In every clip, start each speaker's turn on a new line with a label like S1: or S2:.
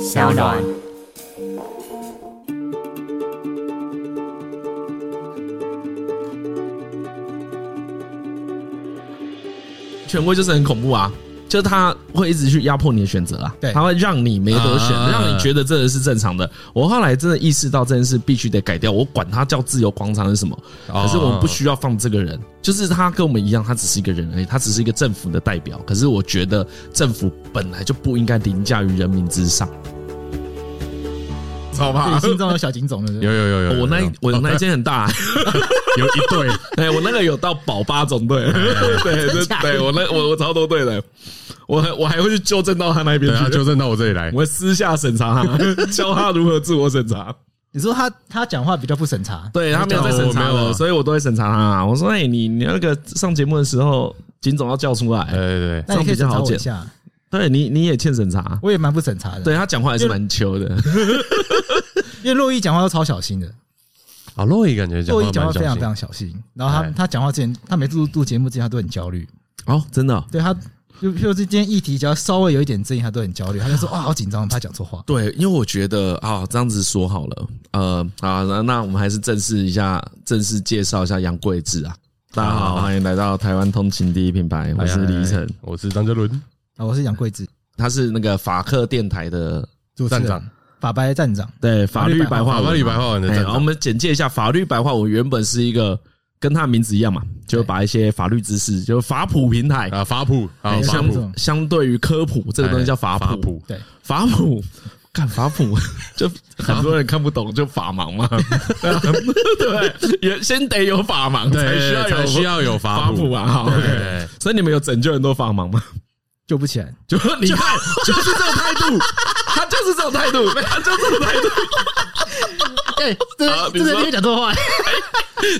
S1: 小暖。
S2: 权威就是很恐怖啊，就是他会一直去压迫你的选择啊，
S3: 对
S2: 他会让你没得选，
S3: 啊
S2: 让你觉得这个是正常的。我后来真的意识到这件事必须得改掉，我管他叫自由广场是什么，
S4: 哦
S2: 可是我们不需要放这个人，就是他跟我们一样，他只是一个人而已，他只是一个政府的代表。可是我觉得政府本来就不应该凌驾于人民之上。
S3: 知道
S2: 吧
S3: 吧？心中有小警总的，
S4: 有有有有，
S2: 我那一我那一件很大、
S4: 有一 对，哎
S2: 哎，我那个有到保八总队， 对对对，我那我我超多队的，我还我还会去纠正到他那边
S4: 对他
S2: 去，
S4: 纠正到我这里来
S2: 我，会私下审查他， 教他如何自我审查。
S3: 你说他他讲话比较不审查，
S2: 对他没有在啊审查
S4: 我没
S2: 我，
S4: 有
S2: 所以我都会审查他。我说：“哎，你你那个上节目的时候，金总要叫出
S4: 对
S2: 来，
S4: 对对，
S3: 那你可以
S2: 这样
S3: 审查
S2: 比较好
S3: 我一
S2: 剪
S3: 下，
S2: 对你你也欠审查。
S3: 我也蛮不审查的。
S2: 对，他讲话还是蛮秋的，
S3: 因为洛伊讲话都超小心的，
S4: 啊，洛伊感觉讲
S3: 洛
S4: 话
S3: 伊
S4: 蛮
S3: 讲话
S4: 小
S3: 非常
S4: 心
S3: 非，常小心。然后他
S4: 哎
S3: 他讲话之前，他每次录录节目之前，他都很焦虑。
S2: 哦， 真的哦。”
S3: 对他，就譬如说今天议题只要稍微有一点争议，他都很焦虑。他就说：“哇，好紧张，怕讲错话。
S2: 对，因为我觉得啊，这样子说好了，呃，好，那那我们还是正式一下，正式介绍一下杨贵志啊。大家好，哎
S4: 好
S2: 欢迎来到台湾通勤第一品牌，我是李晨，，
S4: 哎我是张哲伦，”
S3: 啊，我是杨贵志，
S2: 他是那个法克电台的
S3: 主持人
S4: 站长，
S3: 法白站长。
S2: 对法律白话
S4: 法
S2: 文嘛，
S4: 巴里白话文的
S2: 哎
S4: 站
S2: 然后我
S4: 长，
S2: 们简介一下法律白话文，原本是一个跟他的名字一样嘛，就把一些法律知识，就法普平台。
S4: 啊，法普啊，
S2: 哎
S4: 法
S3: 像
S4: 普，
S2: 相相对于科普这个东西叫法
S4: 哎法
S2: 普
S4: 普，
S3: 对，
S2: 法普，看法普， 就很多人看不懂，就法盲嘛，对不 对？也先得有法盲，才需要
S4: 对，才
S2: 有
S4: 需要有法
S2: 法普
S4: 普，
S2: 啊。好，
S4: 对，
S2: 所以你们有拯救很多法盲吗？
S3: 救不起来，
S2: 就你看， 就是这种态度， 他就是这种态度， 他就是这种态度。
S3: 哎，
S2: 啊
S3: 这
S2: 你说
S3: 这个你讲 错话，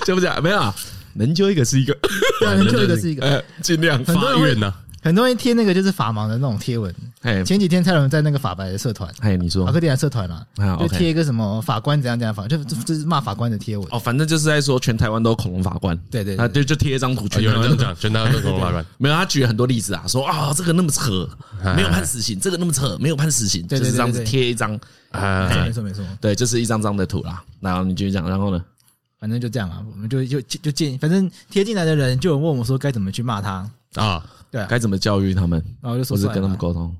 S2: 就不 讲没有啊，能救一个是一个，
S3: 对，能救一个是一个。
S2: 呃，尽量啊
S3: 很多
S4: 法
S3: 人会
S4: 院呐，
S3: 很多人贴那个就是法盲的那种贴文。
S2: 哎
S3: 前几天蔡伦在那个法白的社团，
S2: 哎，你说
S3: 法克电台社团啦
S2: 啊，
S3: 就
S2: OK
S3: 贴一个什么法官怎样怎样，法就就就是骂法官的贴文。
S2: 哦，反正就是在说全台湾都有恐龙法官，
S3: 对对对哦
S2: 啊，就就贴一张图，
S4: 啊
S2: 全
S4: 有
S2: 台湾
S4: 人这样
S2: 都
S4: 讲，全台湾都恐龙法官，
S2: 没有，他举了很多例子啊，说啊这个那么扯，没有判死刑，这个那么扯，没有判死刑，
S3: 哎对
S2: 就
S3: 对对
S2: 是这样子
S3: 对对哎
S2: 贴一张，
S3: 没错
S2: 哎
S4: 啊
S3: 没，错没错，
S2: 对，就是一张张的图啦。然后你继续讲，然后呢？
S3: 反正就这样啊，我们就就就建议，反正贴进来的人就有问我说该怎么去骂他，
S4: 啊，
S3: 对啊，
S2: 该怎么教育他们，
S3: 然后就说
S2: 或是
S3: 算
S2: 跟
S3: 了
S2: 他们
S3: 嘛，
S2: 沟通？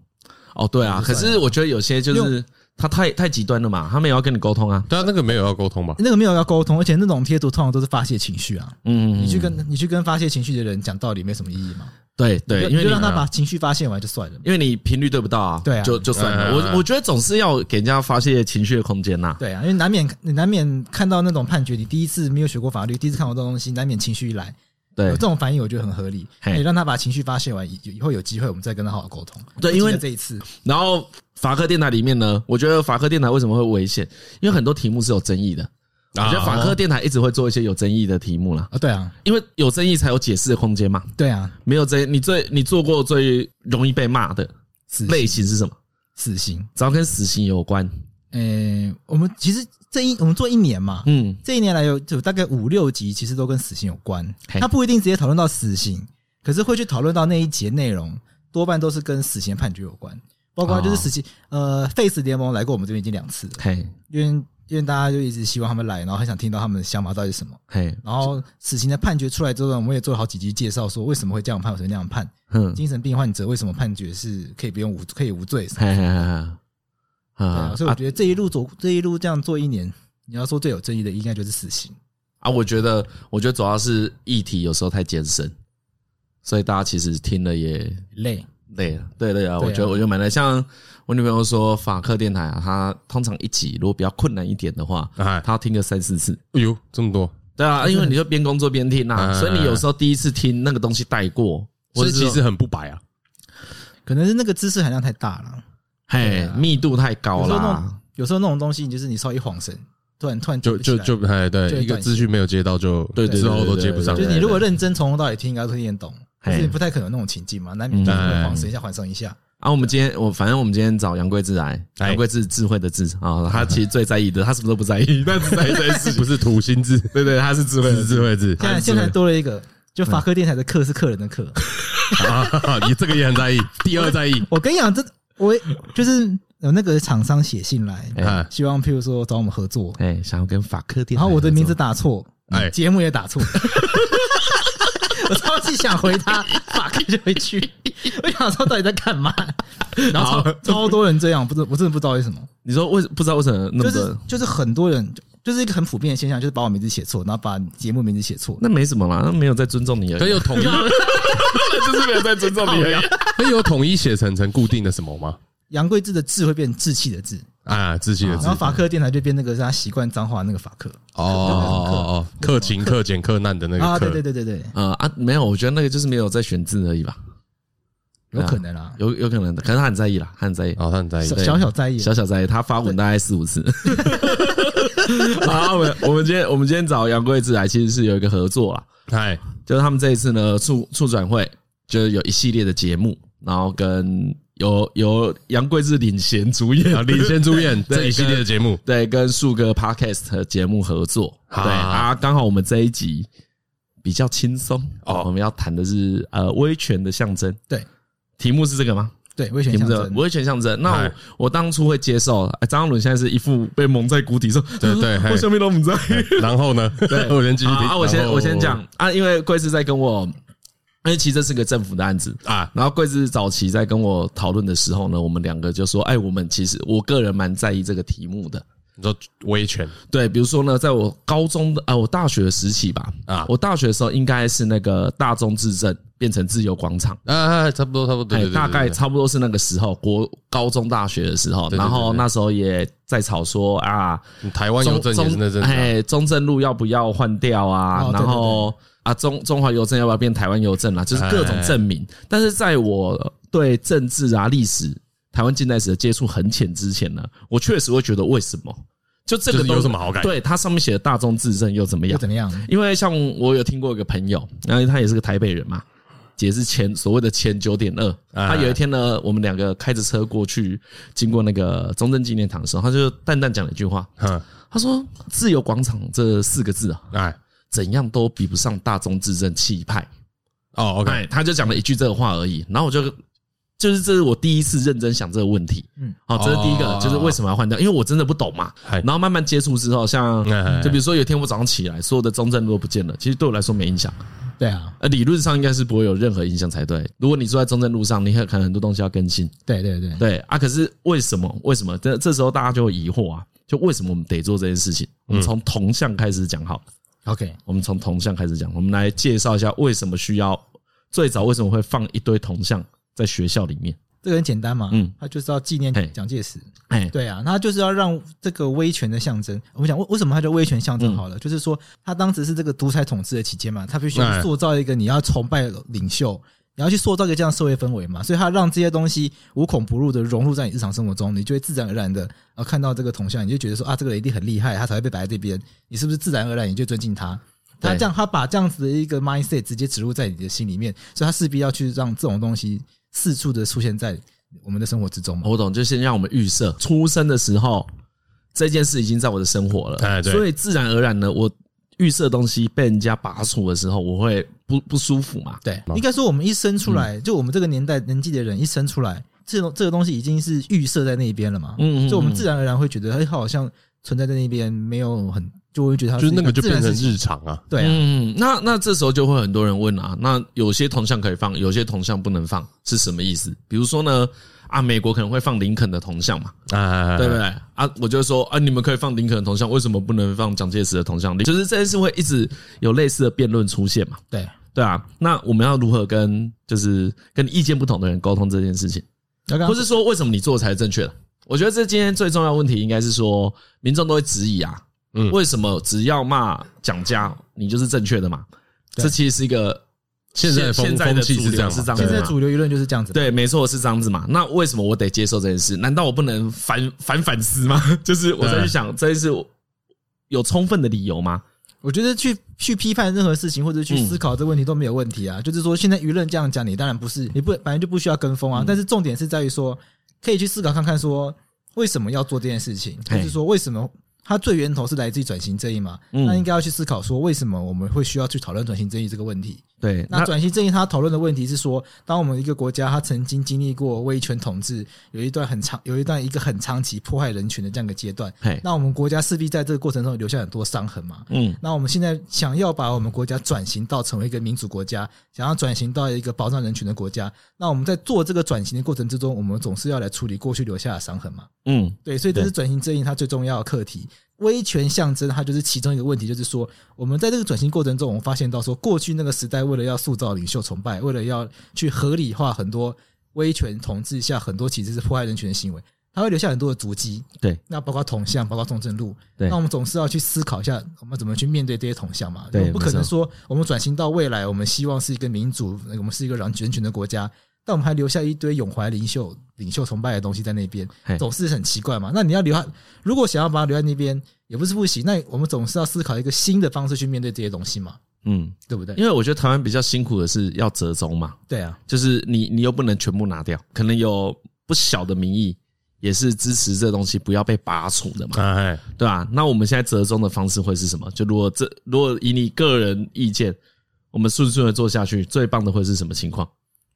S2: 哦，对啊，可是我觉得有些就是他太太极端了嘛，他们也要跟你沟通啊。
S4: 但那个没有要沟通吧？
S3: 那个没有要沟通，而且那种贴图通常都是发泄情绪啊，
S2: 嗯，
S3: 你去跟你去跟发泄情绪的人讲道理没什么意义嘛，
S2: 对对，
S3: 你
S2: 因
S3: 就你
S2: 为
S3: 就
S2: 你
S3: 让
S2: 呃
S3: 他把情绪发泄完就算了，
S2: 因为你频率对不到啊，
S3: 对啊
S2: 就就算
S4: 嗯
S2: 了。
S4: 嗯
S2: 我
S4: 嗯
S2: 我觉得总是要给人家发泄情绪的空间呐。
S3: 对啊，因为难免你难免看到那种判决，你第一次没有学过法律，第一次看到这种东西，难免情绪一来，有
S2: 对
S3: 这种反应我觉得很合理，
S2: 嘿
S3: 你让他把情绪发泄完，以以后有机会我们再跟他好好沟通，
S2: 对
S3: 不
S2: 因为
S3: 记得这一次
S2: 然后法科电台里面呢，我觉得法科电台为什么会危险？因为很多题目是有争议的。我
S4: 啊
S2: 觉得法科电台一直会做一些有争议的题目啦，
S3: 啊，对啊，
S2: 因为有争议才有解释的空间嘛。
S3: 对啊，
S2: 没有争，你最你做过最容易被骂的
S3: 死
S2: 类
S3: 刑
S2: 型是什么？
S3: 死刑，
S2: 只要跟死刑有关，
S3: 诶，我们其实这一我们做一年嘛，
S2: 嗯，
S3: 这一年来有有大概五六集，其实都跟死刑有关。
S2: 嘿
S3: 他不一定直接讨论到死刑，可是会去讨论到那一节内容，多半都是跟死刑判决有关，包括就是死刑。
S2: 哦
S3: 呃，Face 联盟来过我们这边已经两次了，
S2: 嘿
S3: 因为因为大家就一直希望他们来，然后很想听到他们的想法到底是什么。
S2: 嘿，
S3: 然后死刑的判决出来之后呢，我们也做了好几集介绍，说为什么会这样判，为什么那样判，
S2: 嗯，
S3: 精神病患者为什么判决是可以不用无可以无罪什么
S2: 嘿嘿嘿嘿，
S3: 的、对
S2: 啊
S3: 啊，所以我觉得这一路走这一路这样做一年，你要说最有争议的应该就是死刑。
S2: 啊！我觉得，我觉得主要是议题有时候太艰深，所以大家其实听了也
S3: 累，
S2: 累了。对对
S3: 对
S2: 啊，
S3: 啊
S2: 我觉得我就蛮累。像我女朋友说，法克电台啊，她通常一集如果比较困难一点的话，
S4: 哎
S2: 她要听个三四次。
S4: 哎呦，这么多，
S2: 对啊，因为你就边工作边听啊，
S4: 嗯
S2: 所以你有时候第一次听那个东西带过，或
S4: 所以
S2: 者是
S4: 其实很不白啊，
S3: 可能是那个知识含量太大了。
S2: 嘿，
S4: 啊
S2: 密度太高
S3: 有时候那
S2: 啦
S3: 种。有时候那种东西，你就是你稍微一晃神，突然突然
S4: 就
S3: 记不
S4: 就
S3: 起来
S4: 就
S3: 就
S4: 哎对，
S3: 会
S4: 一个
S3: 断
S4: 资讯没有接到就
S2: 对对对
S4: 之后都
S2: 对
S4: 接不上
S2: 对
S3: 就
S2: 对，
S3: 是你如果认真从头到尾听，啊应该都会听得懂，
S2: 嘿
S3: 但是你不太可能有那种情境嘛，难免就是会晃神一下，晃神一下。
S2: 啊，我们今天我反正我们今天找杨贵志来，
S4: 哎
S2: 杨贵志智慧的智啊，他其实最在意的，他什么都不在 意，但只在意这件事情。
S4: 不是土星字，
S2: 对对，他是智慧的
S4: 是智
S2: 智慧。
S4: 慧字
S3: 现在现在多了一个，就法科电台的课是客人的课。
S4: 啊， 你这个也很在意，第二在意，
S3: 我跟你讲，这我就是有那个厂商写信来，
S4: 哎
S3: 希望譬如说找我们合作，
S2: 哎，想要跟法科电
S3: 然
S2: 台合作，
S3: 后我的名字打错，
S4: 哎
S3: 节目也打错。 我超级想回他，法克就回去。我想说到底在干嘛？然后超超多人这样，不知我真的不知道为什么，
S2: 你说为不知道为什么那
S3: 就
S2: 么
S3: 是
S2: 多，
S3: 就是很多人就是一个很普遍的现象，就是把我名字写错，然后把节目名字写错。
S2: 那没什么啦，那没有在尊重你而
S4: 可以
S2: 已。
S4: 有统一，
S2: 就是没有在尊重你而已。
S4: 可以有统一写成成固定的什么吗？
S3: 杨贵志的志会变志气的志，
S4: 啊，自己的字
S3: 然后法克电台就变那个是他习惯脏话的那个法克
S4: 哦哦哦，克勤、克俭、克难的那
S3: 啊，
S4: 个
S3: 对对
S4: 克，
S3: 对对对，
S2: 呃 啊，没有，我觉得那个就是没有在选字而已吧，
S3: 有可能啊啦，
S2: 有有可能的，可能他很在意啦，他很在意，
S4: 哦，他很在意
S3: 小，小小在意，
S2: 哎小小在意，他发文大概四五次。 好，我们我们今天我们今天找杨贵志来，其实是有一个合作啦，
S4: 哎，
S2: 就是他们这一次呢促促转会，就是有一系列的节目，然后跟由由杨贵志领衔主
S4: 啊，
S2: 演，
S4: 领衔主演
S2: 对
S4: 这一系列的节目，
S2: 对，跟树哥 Podcast 节目合作，对
S4: 啊
S2: 啊，刚好我们这一集比较轻松
S4: 哦
S2: 我们要谈的是呃威权的象征，
S3: 对
S2: 题目是这个吗？
S3: 对，威权
S2: 题
S3: 象
S2: 目是这个
S3: 征，
S2: 威权象征。那我
S4: 嗨
S2: 我当初会接受，哎张翰伦现在是一副被蒙在鼓底说，
S4: 对 对嘿
S2: 我什么都不知道。
S4: 然后呢，我先继续
S2: 啊
S4: 听
S2: 啊，我先
S4: 然后
S2: 我先讲啊，因为贵是在跟我，因为其实这是个政府的案子，
S4: 啊，
S2: 然后贵志早期在跟我讨论的时候呢，我们两个就说：“哎，我们其实我个人蛮在意这个题目的。
S4: 你说威权，
S2: 对，比如说呢，在我高中的啊，我大学时期吧，
S4: 啊
S2: 我大学的时候应该是那个大众市政变成自由广场，
S4: 啊，差不多差不多，对
S2: 哎
S4: 对，对
S2: 大概
S4: 对
S2: 差不多是那个时候，国高中大学的时候，
S4: 对对对
S2: 然后
S4: 对
S2: 那时候也在吵说啊，
S4: 对台湾邮政也是那阵子啊，
S2: 哎，中正路要不要换掉啊？
S3: 哦对
S2: 然后啊，中中华邮政要不要变台湾邮政啦、啊就是各种
S4: 哎
S2: 证明。但是在我对政治啊、历史、台湾近代史的接触很浅之前呢，我确实会觉得为什么？就这个
S4: 就是有
S2: 东
S4: 什么好改
S2: 对，它上面写的大众自证又怎么
S3: 又
S2: 样？
S3: 怎么样？
S2: 因为像我有听过一个朋友，然后他也是个台北人嘛，也是前所谓的前九点二。
S4: 哎
S2: 他有一天呢，我们两个开着车过去，经过那个中正纪念堂的时候，他就淡淡讲了一句话，
S4: 哼，
S2: 他说：“自由广场这四个字啊，
S4: 哎，
S2: 怎样都比不上大众至政气派。”
S4: 哦，OK，
S2: 哎，他就讲了一句这个话而已。然后我就就是这是我第一次认真想这个问题。嗯
S3: 嗯，
S2: 好，这是第一个
S4: 哦，
S2: 就是为什么要换掉？因为我真的不懂嘛。
S4: 嗨
S2: 然后慢慢接触之后，像
S4: 哎哎哎
S2: 就比如说有一天我早上起来，所有的中正路都不见了，其实对我来说没影响。
S3: 对啊，
S2: 呃，理论上应该是不会有任何影响才对。如果你住在中正路上，你可能很多东西要更
S4: 嗯
S2: 新。
S3: 对对对，
S2: 对啊，可是为什么？为什么？这这时候大家就会疑惑啊，就为什么我们得做这件事情？
S4: 嗯
S2: 我们从铜像开始讲好，
S3: OK，
S2: 我们从铜像开始讲，我们来介绍一下为什么需要最早为什么会放一堆铜像在学校里面？
S3: 这个很简单嘛，
S2: 嗯
S3: 嗯，他就是要纪念
S2: 嘿
S3: 蒋介石，
S2: 哎，
S3: 对啊，他就是要让这个威权的象征。我们讲为为什么他叫威权象征好了，就是说他当时是这个独裁统治的期间嘛，他必须
S4: 哎
S3: 要塑造一个你要崇拜的领袖，你要去塑造一个这样的社会氛围嘛，所以他让这些东西无孔不入的融入在你日常生活中，你就会自然而然的啊看到这个铜像，你就觉得说啊这个人一定很厉害，他才会被摆在这边，你是不是自然而然你就尊敬他？他
S2: 对
S3: 这样，他把这样子的一个 mindset 直接植入在你的心里面，所以他势必要去让这种东西四处的出现在我们的生活之中嘛。
S2: 我懂，就先让我们预设出生的时候这件事已经在我的生活了，
S4: 哎对
S2: 所以自然而然呢，我预设东西被人家拔除的时候，我会不不舒服嘛？
S3: 对，应该说我们一生出来，就我们这个年代年纪的人一生出来，这种这个东西已经是预设在那边了嘛，
S2: 嗯嗯嗯
S3: 就我们自然而然会觉得，哎，它好像存在在那边，没有很，就会觉得它
S4: 就是那个就
S3: 自然
S4: 变成
S3: 事情
S4: 日常啊，
S3: 对啊，
S2: 嗯，那那这时候就会很多人问啊，那有些铜像可以放，有些铜像不能放，是什么意思？比如说呢，啊，美国可能会放林肯的铜像嘛，
S4: 啊，
S2: 对不对？啊，我就说啊，你们可以放林肯的铜像，为什么不能放蒋介石的铜像？就是这件事会一直有类似的辩论出现嘛，
S3: 对，
S2: 对啊。那我们要如何跟就是跟意见不同的人沟通这件事情，
S3: 然后
S2: 或
S3: 刚刚
S2: 是说为什么你做才是正确的？我觉得这今天最重要的问题应该是说，民众都会质疑啊，
S4: 嗯
S2: 为什么只要骂蒋家，你就是正确的嘛？
S3: 对
S2: 这其实是一个
S4: 现在的风
S2: 现在的
S4: 风气
S2: 主
S4: 是这
S2: 流
S4: 样嘛
S2: 是这样子
S4: 对
S3: 现在
S2: 嘛
S3: 主流舆论就是这样子，，
S2: 对，没错，是这样子嘛。那为什么我得接受这件事？难道我不能反反反思吗？ 就是我再去想这件事，有充分的理由吗？
S3: 我觉得去去批判任何事情或者去思考这个问题都没有问
S2: 嗯
S3: 题啊。就是说，现在舆论这样讲，你当然不是，你不反正就不需要跟风啊。
S2: 嗯
S3: 但是重点是在于说，可以去思考看看说为什么要做这件事情，
S2: 嘿
S3: 就是说为什么。它最源头是来自于转型正义嘛？
S2: 嗯
S3: 那应该要去思考说，为什么我们会需要去讨论转型正义这个问题？
S2: 对，
S3: 那转型正义它讨论的问题是说，当我们一个国家它曾经经历过威权统治，有一段很长，有一段一个很长期迫害人群的这样一个阶段，
S2: 嘿，
S3: 那我们国家势必在这个过程中留下很多伤痕嘛。
S2: 嗯，
S3: 那我们现在想要把我们国家转型到成为一个民主国家，想要转型到一个保障人权的国家，那我们在做这个转型的过程之中，我们总是要来处理过去留下的伤痕嘛。
S2: 嗯，
S3: 对，所以这是
S2: 对
S3: 转型正义它最重要的课题。威权象征，它就是其中一个问题，就是说，我们在这个转型过程中，我们发现到说，过去那个时代为了要塑造领袖崇拜，为了要去合理化很多威权统治下很多其实是迫害人权的行为，它会留下很多的足迹。
S2: 对，
S3: 那包括铜像，包括中正路，
S2: 对
S3: 那我们总是要去思考一下，我们怎么去面对这些铜像嘛？
S2: 对
S3: 我们不可能
S2: 没错
S3: 说我们转型到未来，我们希望是一个民主，我们是一个人权的国家，但我们还留下一堆永怀领袖、领袖崇拜的东西在那边
S2: 嘿，
S3: 总是很奇怪嘛。那你要留下，如果想要把它留在那边，也不是不行。那我们总是要思考一个新的方式去面对这些东西嘛，
S2: 嗯，
S3: 对不对？
S2: 因为我觉得台湾比较辛苦的是要折中嘛，
S3: 对啊，
S2: 就是你你又不能全部拿掉，可能有不小的民意也是支持这东西不要被拔除的嘛，
S4: 哎，
S2: 对吧、那我们现在折中的方式会是什么？就如果这如果以你个人意见，我们顺顺的做下去，最棒的会是什么情况？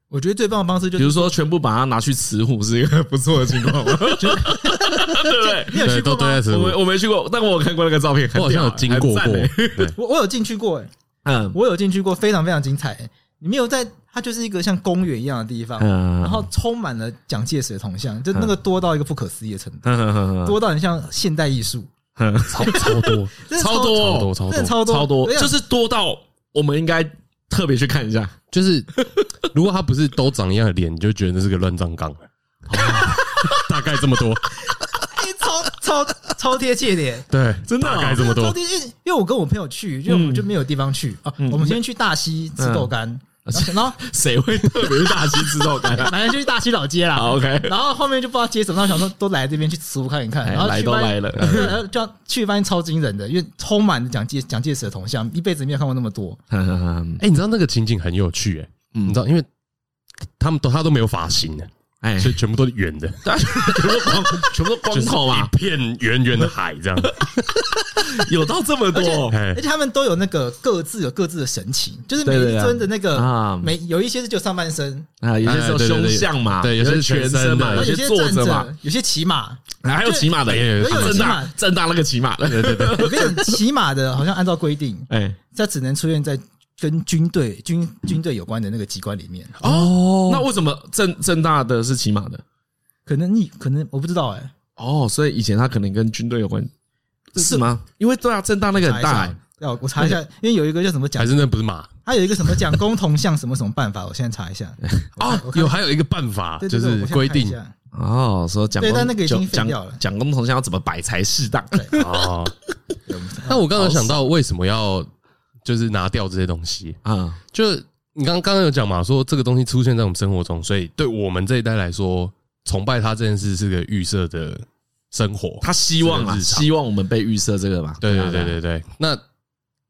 S3: 我觉得最棒的方式就是
S2: 比如说全部把它拿去慈湖是一个不错的情况 吗？对不对？
S3: 你有
S4: 对，
S3: 去
S4: 都
S3: 过
S4: 对
S3: 吗？
S4: 在吃
S2: 我。没我没去过，但我有看过那个照片，很
S4: 我好像有
S2: 屌欸
S4: 经过过，
S2: 很赞欸
S4: 对，
S3: 我我有进去过、欸，
S2: 嗯
S3: 我有进去过，非常非常精彩、欸。你没有在，它就是一个像公园一样的地方，
S2: 嗯，
S3: 然后充满了蒋介石的铜像，就那个多到一个不可思议的程度，
S2: 嗯嗯嗯嗯
S3: 多到很像现代艺术，
S2: 嗯
S4: 超超多，
S3: 真的
S2: 超多
S4: 超多，超
S3: 真的
S4: 多，
S3: 超多，
S2: 超多，啊
S3: 就
S2: 就是是多到我们应该特别去看一下。
S4: 就是如果他不是都长一样的脸，你就觉得那是个乱 葬岗了。大概这么多，
S3: 哎超超超贴切的耶。
S4: 对，
S2: 真的哦
S4: 大概这么
S3: 超
S4: 多。
S3: 贴切，因为我跟我朋友去，因为我们就没有地方去啊。我们先去大溪吃豆干，然后然后
S2: 谁会特别去大溪吃豆干啊
S3: 反正就去大溪老街 啦。
S2: 好，OK
S3: 然后后面就不知道接什么，然后想说都来这边去吃看一看，
S2: 哎
S3: 然后
S2: 来
S3: 去
S2: 都
S3: 发现
S2: 来 了
S3: 对然后就去发现超惊人的，因为充满了蒋介蒋介石的铜像，一辈子没有看过那么多。
S2: 嗯？
S4: 哎，你知道那个情景很有趣，哎，你知道，因为他们都他都没有发型的，
S2: 哎，
S4: 所以全部都是圆的，
S2: 全部 光，全部都光头啊嗯
S4: 一
S2: 嘛，
S4: 片圆圆的海这样。
S2: 有到这么多
S4: 哎
S3: 而且他们都有那个各自有各自的神情，就是每
S2: 对对
S3: 一
S2: 对
S3: 尊的那个
S2: 啊
S3: 每有一些是就上半身，
S2: 啊？有些是有
S4: 哎对对
S2: 胸
S4: 对
S2: 像嘛，
S4: 对有些
S2: 些
S4: 是
S2: 全
S4: 全身
S2: 身嘛，
S3: 然
S4: 的
S3: 后
S2: 哎些
S3: 些
S2: 坐
S3: 站
S2: 着嘛，
S3: 着，有些骑马。
S2: 哎还有骑马的，
S4: 哎有
S2: 哎
S3: 有
S2: 正
S3: 骑
S2: 大
S3: 马
S2: 正大那个骑马的，对对对，
S3: 我跟你讲，骑马的好像按照规定，
S2: 哎
S3: 它只能出现在跟军队军军队有关的那个机关里面。
S2: 哦，那为什么正正大的是骑马的？
S3: 可能你可能我不知道哎、
S2: 哦，所以以前他可能跟军队有关，是吗？因为对啊，正大那个
S3: 查
S2: 很
S3: 一
S2: 大、
S3: 下
S2: 欸，，
S3: 要我查一下，因为有一个叫什么
S4: 还
S3: 蒋，
S4: 是那不是马
S3: 它啊有一个什么蒋公铜像什么什么办法，我现在查一下，
S4: 啊？有还有一个办法，
S3: 哦对
S4: 就
S3: 对对
S4: 是规定
S2: 哦，说蒋
S3: 对
S2: 公
S3: 但那个已经
S2: 蒋
S3: 废掉了
S2: 蒋公铜像要怎么摆才适当？
S4: 啊。那我刚刚想到，为什么要就是拿掉这些东西？
S2: 啊，
S4: 就你刚刚刚有讲嘛，说这个东西出现在我们生活中，所以对我们这一代来说，崇拜它这件事是个预设的生活。
S2: 他希望啊，
S4: 这个日常
S2: 希望我们被预设这个嘛？
S4: 对对
S2: 啊
S4: 对对对，那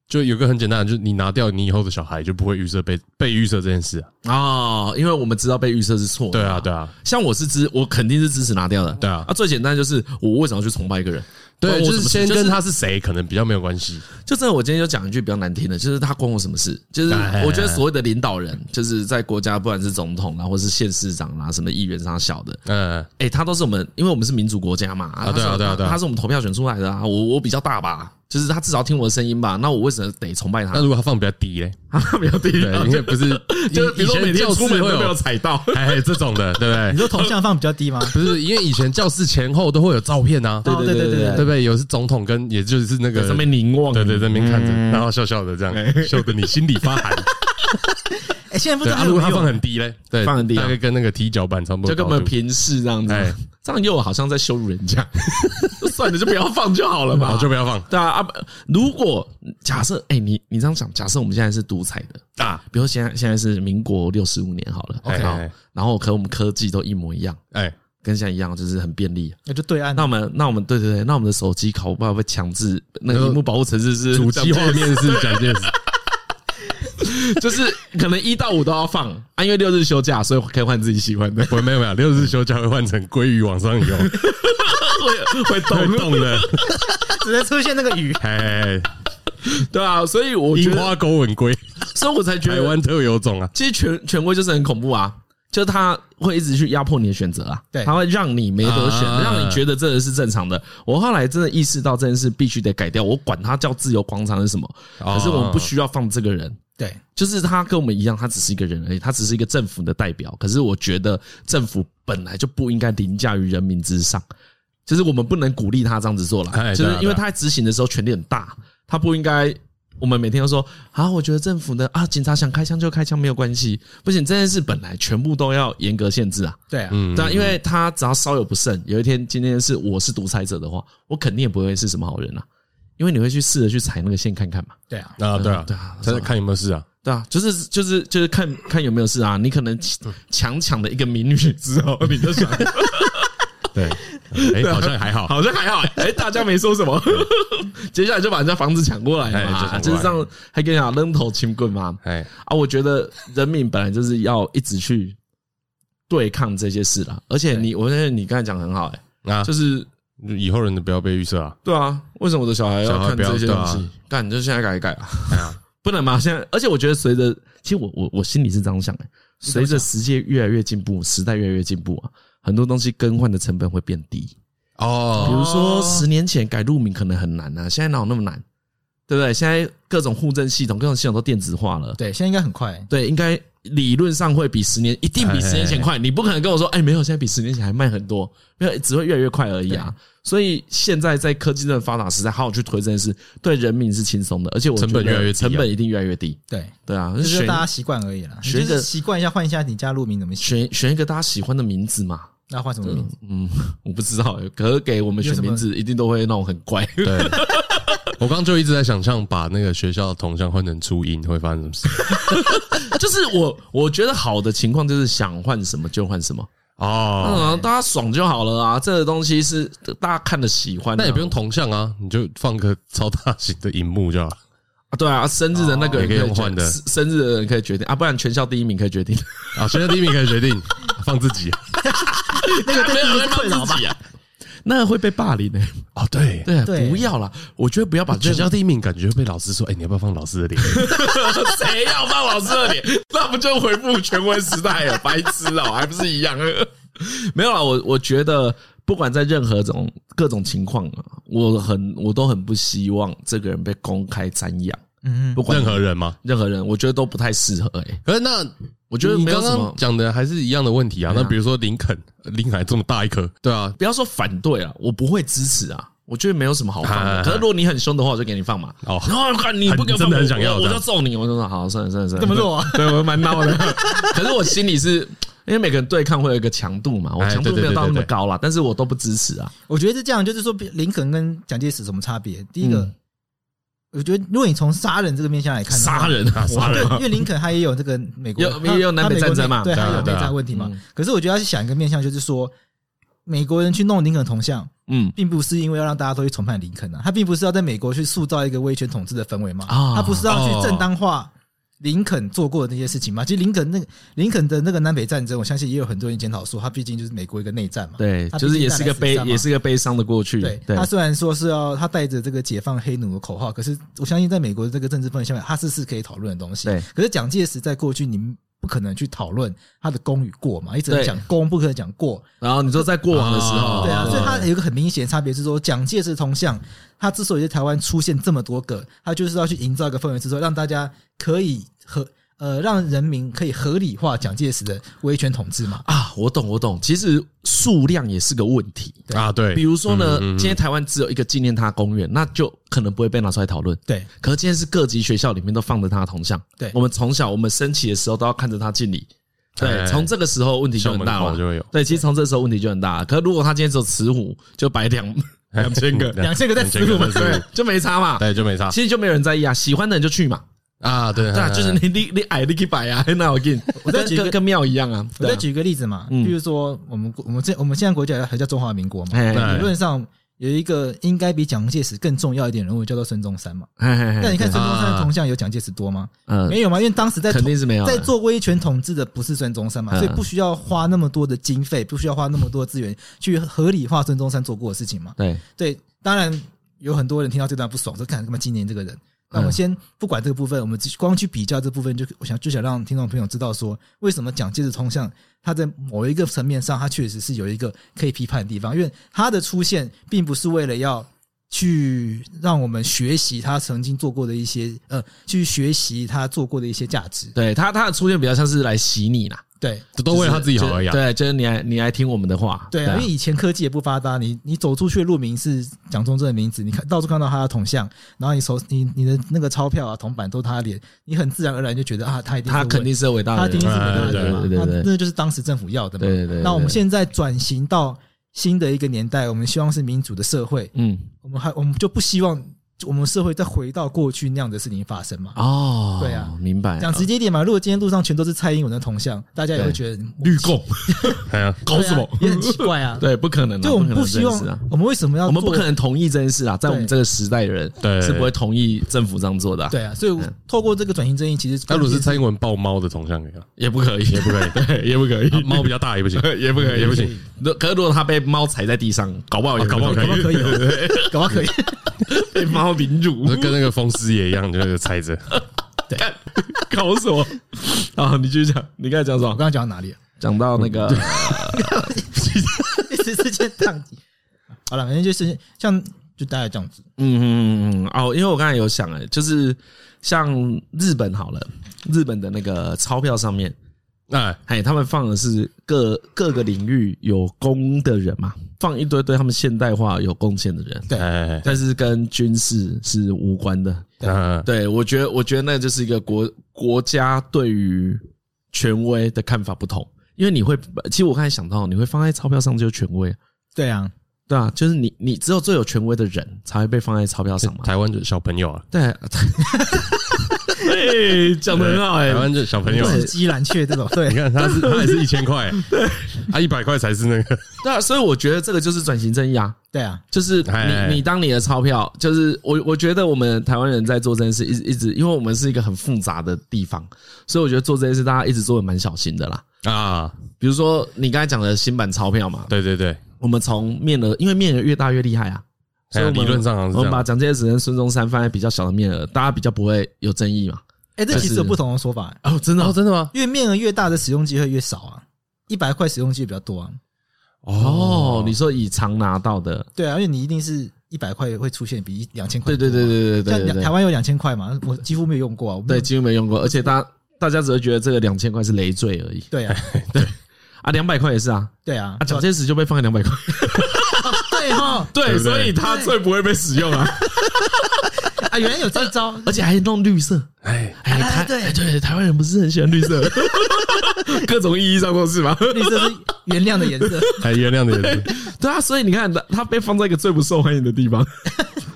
S4: 就有个很简单的，就是你拿掉，你以后的小孩就不会预设被被预设这件事
S2: 啊
S4: 啊。
S2: 哦，因为我们知道被预设是错的。
S4: 对啊，对啊，
S2: 像我是支，我肯定是支持拿掉的。
S4: 对啊
S2: 啊，最简单就是我为什么要去崇拜一个人？关
S4: 对，
S2: 我
S4: 就
S2: 什
S4: 是
S2: 么事
S4: 先
S2: 就
S4: 跟他是谁可能比较没有关系。
S2: 就真的，我今天就讲一句比较难听的，就是他关我什么事？就是
S4: 哎
S2: 我觉得所谓的领导人，就是在国家，不管是总统啦，啊或是县市长啊啦，什么议员上小的，
S4: 嗯，
S2: 哎、他都是我们，因为我们是民主国家嘛，啊
S4: 对啊对啊对啊
S2: 他是我们投票选出来的啊，我我比较大吧，就是他至少听我的声音吧，那我为什么得崇拜他
S4: 那？如果他放比较低嘞，
S2: 他没有第一
S4: 对， 因为不是，
S2: 就是比如说
S4: 以前
S2: 每天
S4: 教室
S2: 出门
S4: 会
S2: 都没有
S4: 有，
S2: 踩到，
S4: 哎，这种的，对不对
S3: 你？说铜像放比较低吗？
S4: 不是，因为以前教室前后都会有照片啊，
S3: 对对哦对对
S4: 对不对？有是总统跟，也就是那个
S2: 在上面凝望，
S4: 对对，在那边看着，
S2: 嗯
S4: 然后笑笑的这
S2: 哎
S4: 样，笑得你心里发 寒。
S3: 哎、现在不
S4: 对
S3: 知道
S4: 啊，
S3: 还有
S4: 如果
S3: 没
S4: 它
S3: 有
S4: 放很低嘞，对，
S2: 放很低啊
S4: 大概跟那个踢脚板差不多
S2: 就
S4: 高
S2: 跟
S4: 度，
S2: 我们平视这样子
S4: 哎，
S2: 这样又好像在 羞辱人家，算了，就不要放就好了嘛
S4: 哦好，，就不要放。
S2: 对啊啊！如果假设，哎、你你这样想，假设我们现在是独裁的，
S4: 啊，
S2: 比如现在现在是民国六十五年好了
S4: OK
S2: 好然后可我们科技都一模一样，
S4: 哎，
S2: 跟现在一样，就是很便利。
S3: 那就对岸
S2: 那我们那我们对对对，那我们的手机考不好被强制那个
S4: 呃
S2: 屏幕保护程式是
S4: 主机画面是展现，，
S2: 就是可能一到五都要放啊，因为六日休假，所以可以换自己喜欢的
S4: 我没有没有，六日休假会换成鲑鱼往上游，
S2: 会会
S4: 会
S2: 动，
S4: 动 的，，
S3: 只能出现那个鱼
S4: 哎，
S2: 对啊，所以我觉
S4: 樱
S2: 得，
S4: 花狗吻鲑，
S2: 所以我才觉
S4: 台
S2: 得，
S4: 湾特有种啊，
S2: 其实权权威就是很恐怖啊，就是他会一直去压迫你的选择啊，
S3: 对
S2: 他会让你没得选，
S4: 啊
S2: 让你觉得这个是正常的。我后来真的意识到这件事必须得改掉，我管它叫自由广场是什么，
S4: 哦
S2: 可是我们不需要放这个人，
S3: 对，
S2: 就是他跟我们一样，他只是一个人而已，他只是一个政府的代表。可是我觉得政府本来就不应该凌驾于人民之上，就是我们不能鼓励他这样子做
S4: 哎
S2: 了，就是
S4: 对啊
S2: 因
S4: 对
S2: 为
S4: 啊
S2: 他在执行的时候权力很大，他不应该。我们每天都说啊，我觉得政府的啊，警察想开枪就开枪没有关系，不行，这件事本来全部都要严格限制啊，
S3: 对啊，
S4: 嗯
S2: 对啊，因为他只要稍有不慎，有一天今天是我是独裁者的话，我肯定也不会是什么好人啊，因为你会去试着去踩那个线看看嘛，
S3: 对啊，
S4: 啊，对啊，
S2: 对啊
S4: 他在看有没有事啊，
S2: 对啊，就是就是就是看看有没有事啊。你可能
S4: 嗯
S2: 强强抢的一个民女之后，你就想，
S4: 对，哎，好像还好，
S2: 啊好像还好、欸，哎、大家没说什么， 接下来就把人家房子抢过来
S4: 嗯哎就
S2: 嘛，
S4: 抢过来
S2: 就是这样，还跟你讲扔头轻棍嘛。
S4: 哎，
S2: 啊，我觉得人民本来就是要一直去对抗这些事啦。而且你，我觉得你刚才讲得很好、欸，哎，
S4: 啊，就
S2: 就是是
S4: 以后人都不要被预设啊，
S2: 对啊，为什么我的小孩要
S4: 小孩
S2: 看
S4: 不要
S2: 这些东
S4: 对啊
S2: 西？干、你就现在改一改啊！
S4: 哎呀，
S2: 不能嘛？现在，而且我觉得随着，其实我我我心里是这样想的、随着世界越来越进步，时代越来越进步啊，很多东西更换的成本会变低。比
S4: 哦，
S2: 如说十年前改路名可能很难啊，现在哪有那么难？对不对？现在各种户政系统、各种系统都电子化了，
S3: 对，现在应该很快，
S2: 对，应该理论上会比十年，一定比十
S4: 哎
S2: 年前快。你不可能跟我说，哎，没有，现在比十年前还慢很多，没有，只会越来越快而已啊。所以现在在科技的发达时代，好好去推这件事，对人民是轻松的，而且我觉得
S4: 成本越来越低啊
S2: 成本一定越来越低。
S3: 对，
S2: 对啊，
S3: 这就是
S2: 选
S3: 大家习惯而已啦，你
S2: 学
S3: 就
S2: 一个
S3: 是习惯一下，换一下你加入名怎么写，
S2: 选选一个大家喜欢的名字嘛。
S3: 那换什么名字？
S2: 嗯，我不知道欸，可是给我们
S3: 有
S2: 选
S3: 什么
S2: 名字一定都会那种很怪。
S4: 对，我刚就一直在想象把那个学校的铜像换成初音会发生什么事
S2: 啊就是我我觉得好的情况就是想换什么就换什么，
S4: 哦，
S2: 嗯，大家爽就好了啊。这个东西是大家看的喜欢啊，
S4: 那也不用铜像啊，你就放个超大型的荧幕就好了。
S2: 啊对啊，生日的那个人
S4: 也可以用
S2: 决定
S4: 换的
S2: 生日的人可以决定啊，不然全校第一名可以 决定，
S4: 啊，学校第一名可以决定 放自己啊
S2: 那个没有人
S3: 困扰吧
S2: 自己啊，那会被霸凌的。
S4: 哦，对，
S2: 对啊，
S3: 对
S2: 不要啦，我觉得不要把
S4: 学
S2: 这
S4: 校第一名感觉被老师说，哎，你要不要放老师的脸？
S2: 谁要放老师的脸？那不就回复权威时代了？白痴哦、还不是一样？ 没有啦，我我觉得不管在任何种各种情况啊，我很我都很不希望这个人被公开瞻仰，
S3: 嗯
S2: 不，管
S4: 任何人吗？
S2: 任何人，我觉得都不太适合、欸。
S4: 可是那
S2: 我觉得
S4: 你
S2: 没有
S4: 刚
S2: 什
S4: 刚
S2: 么，
S4: 讲的还是一样的问题啊。那比如说林肯，林肯还这么大一颗，对啊，
S2: 不要说反对啊，我不会支持啊。我觉得没有什么好放
S4: 哎哎哎
S2: 的，可是如果你很凶的话，我就给你放 嘛。
S4: 哦
S2: 然后看你不给我
S4: 很真
S2: 放，
S4: 的很想要
S2: 我我
S4: 这
S2: 就
S4: 样
S2: 揍你。我就说好，算了算了算
S3: 这
S2: 了。
S3: 么弱啊，
S2: 对我蛮闹的。可是我心里是因为每个人对抗会有一个强度嘛，我
S4: 哎
S2: 强度
S4: 对对
S2: 没有到那
S4: 对
S2: 么
S4: 对对
S2: 高啦，但是我都不支持啊。
S3: 我觉得是这样，就是说林肯跟蒋介石什么差别？第一个，我觉得如果你从杀人这个面向来看的话，
S2: 杀人啊，杀
S3: 对
S2: 人，！
S3: 因为林肯他也有这个美国，
S2: 有
S3: 他
S2: 也有南
S3: 他
S2: 北
S3: 美国
S2: 战争嘛
S3: 对，
S4: 对
S3: 他
S4: 啊
S3: 有内
S4: 对啊
S3: 战问题嘛
S2: 嗯。
S3: 可是我觉得要去想一个面向，就是说，美国人去弄林肯铜像，
S2: 嗯，
S3: 并不是因为要让大家都去崇拜林肯啊，他并不是要在美国去塑造一个威权统治的氛围嘛，
S2: 啊
S3: 他不是要去正当化林肯做过的那些事情嘛。其实林肯那个林肯的那个南北战争，我相信也有很多人检讨说，他毕竟就是美国一个内战嘛，
S2: 对，
S3: 他毕
S2: 就
S3: 竟
S2: 是也是一个悲
S3: 带，来死伤嘛
S2: 也是一个悲伤的过去。
S3: 对
S2: 嗯对
S3: 他虽然说是要他带着这个解放黑奴的口号，可是我相信在美国的这个政治氛围下面，他是是可以讨论的东西。
S2: 对，
S3: 可是蒋介石在过去你们不可能去讨论他的功与过嘛，一直在
S2: 对
S3: 讲功，不可能讲过。
S2: 然后你说在过往的时候，
S4: 哦
S3: 对啊，
S4: 对
S3: 所以它有一个很明显的差别是说，蒋介石铜像，它之所以在台湾出现这么多个，它就是要去营造一个氛围，是说让大家可以合呃让人民可以合理化蒋介石的威权统治嘛。
S2: 啊，我懂，我懂。其实数量也是个问题。
S4: 啊，对，
S2: 比如说呢，
S4: 嗯嗯嗯
S2: 今天台湾只有一个纪念他公园，那就可能不会被拿出来讨论。
S3: 对
S2: 可是今天是各级学校里面都放着他的铜像。
S3: 对
S2: 我们从小我们升旗的时候都要看着他敬礼。
S4: 哎
S2: 对，从这个时候问题就很大
S4: 校门
S2: 了
S4: 口就会有。
S2: 对，其实从这时候问题就很大了。可是如果他今天只有慈虎，就摆两 两千 个
S3: 两千个在死路嘛
S4: 对
S3: 对
S2: 就没差嘛。
S4: 对，就没差
S2: 其实就没有人在意啊，喜欢的人就去嘛。
S4: 啊，对
S2: 对啊，就是你你你矮你可以摆啊， 那我给你，
S3: 我再
S2: 跟
S3: 举一个
S2: 跟跟庙一样啊。
S3: 我
S2: 对
S3: 再
S2: 啊
S3: 举一个例子嘛，
S2: 嗯
S3: 比如说我们国我们这我们现在国家还叫中华民国嘛，
S2: 哎
S4: 对
S3: 理论上有一个应该比蒋介石更重要一点人物叫做孙中山嘛。
S2: 哎哎，
S3: 但你看孙中山
S4: 啊
S3: 的铜像有蒋介石多吗？
S2: 嗯，
S3: 没有嘛，因为当时在
S2: 肯定是没有啊
S3: 在做威权统治的不是孙中山嘛，
S2: 嗯
S3: 所以不需要花那么多的经费，不需要花那么多资源去合理化孙中山做过的事情嘛。
S2: 对，
S3: 对，当然有很多人听到这段不爽，说看他妈今年这个人。那我们先不管这个部分，我们只光去比较这部分，就我想就想让听众朋友知道说，为什么蒋介石通向他在某一个层面上，他确实是有一个可以批判的地方，因为他的出现并不是为了要去让我们学习他曾经做过的一些呃，去学习他做过的一些价值。
S2: 对他他的出现比较像是来洗你啦，
S3: 对
S4: 都为了他自己好而已啊。
S2: 对，就是你来你来听我们的话，
S3: 对啊，因为以前科技也不发达，你你走出去的路名是蒋中正的名字，你看到处看到他的铜像，然后你手你你的那个钞票啊铜板都是他的脸，你很自然而然就觉得啊，他一定是
S2: 他肯定是伟大的
S3: 他一
S2: 人，
S3: 定是伟大的
S4: 对
S3: 人嘛，
S2: 对对
S3: 那
S2: 对对
S3: 那就是当时政府要的嘛。
S2: 对对对。
S3: 那我们
S2: 对
S3: 现在转型到新的一个年代，我们希望是民主的社会，
S2: 嗯
S3: 我们还我们就不希望我们社会再回到过去那样的事情发生嘛。
S2: 哦，
S3: 对啊
S2: 明白了，
S3: 讲直接一点嘛，如果今天路上全都是蔡英文的铜像，大家也会
S2: 对
S3: 觉得
S2: 绿共，
S4: 哎呀，
S2: 搞什么
S3: 对啊也很奇怪啊。
S2: 对，不可能啊，
S3: 就我们
S2: 不
S3: 不
S2: 可能
S3: 希
S2: 这件事啊
S3: 望，我们为什么要
S2: 我们不
S3: 做
S2: 可能同意这件事啊，在我们
S3: 对
S2: 这个时代的人
S4: 对
S2: 是不会同意政府这样做的啊，
S3: 对啊，所以我透过这个转型争议，其实
S4: 那如果是蔡英文抱猫的铜像可以啊，
S2: 也不可以，也不可以，对，也不可以
S4: 啊，猫比较大也不行，
S2: 也不可以，
S4: 也不行。
S2: 那可是 如果他被猫踩在地上，搞不好也
S4: 搞不好
S3: 搞不好可以哦， 搞不好可以。
S2: 被猫凌辱
S4: 就，跟那个风师爷一样，就是踩着。
S2: 干搞什 么？啊，你继续讲，你刚才讲什
S3: 我
S2: 么？
S3: 刚刚讲到 哪里了？
S2: 讲到那个，
S3: 一时之间宕机。好了，反正就是像就大概这样子。
S2: 嗯嗯嗯嗯，哦，因为我刚才有想，哎，就是像日本好了，日本的那个钞票上面，
S4: 哎，
S2: 哎，他们放的是各各个领域有功的人嘛，放一堆对他们现代化有贡献的人，
S3: 对
S4: 哎，
S2: 但是跟军事是无关的。
S4: 嗯，
S2: 对，我觉得，我觉得那就是一个国国家对于权威的看法不同，因为你会，其实我刚才想到，你会放在钞票上就是权威，
S3: 对啊，
S2: 对啊，就是你，你只有最有权威的人才会被放在钞票上嘛。
S4: 台湾就是小朋友啊，
S2: 对，哎，讲的很好哎、
S4: 台湾就是小朋友啊。
S3: 死鸡蓝雀这 种，对
S4: 你，看他是他也是一千块，啊他一百块才是那个
S2: 对啊，所以我觉得这个就是转型正义啊，
S3: 对啊，
S2: 就是
S4: 哎
S2: 你你当你的钞票，就是我我觉得我们台湾人在做这件事，一直一直，因为我们是一个很复杂的地方，所以我觉得做这件事大家一直做的蛮小心的啦。
S4: 啊，
S2: 比如说你刚才讲的新版钞票嘛，
S4: 对对对，
S2: 我们从面额，因为面额越大越厉害啊，所
S4: 哎
S2: 以
S4: 呀
S2: 我们
S4: 理论上好像是
S2: 我
S4: 这
S2: 们把
S4: 样。
S2: 蒋介石跟孙中山放在比较小的面额，大家比较不会有争议嘛。
S3: 哎，这其实有不同的说法，
S2: 哦，真的、
S4: 哦，真的吗？
S3: 因为面额越大的使用机会越少啊，一百块使用机会比较多啊。
S2: 哦，你说以常拿到的，
S3: 对啊，因为你一定是一百块会出现比两千块
S2: 对对
S3: 多嘛
S2: 对。对对
S3: 像
S2: 对对
S3: 两台
S2: 对，
S3: 湾有两千块嘛，我几乎没有用过啊。我没有
S2: 对几乎没用过，而且大家大家只会觉得这个两千块是累赘而已
S3: 对啊，
S2: 啊，两百块也是啊，
S3: 对啊
S2: 啊，，蒋介石就被放在两百块，
S3: 对哦哈
S4: 对不对
S2: 他最不会被使用啊，
S3: 啊，原来有这一招，
S2: 而且还弄绿色，
S4: 哎，
S2: 哎，
S3: 啊
S2: 台
S3: 对
S2: 哎对，台湾人不是很喜欢绿色，各种意义上都是嘛，
S3: 绿色是原谅的颜 色，
S4: 还哎原谅的人，
S2: 对啊，所以你看他他被放在一个最不受欢迎的地方，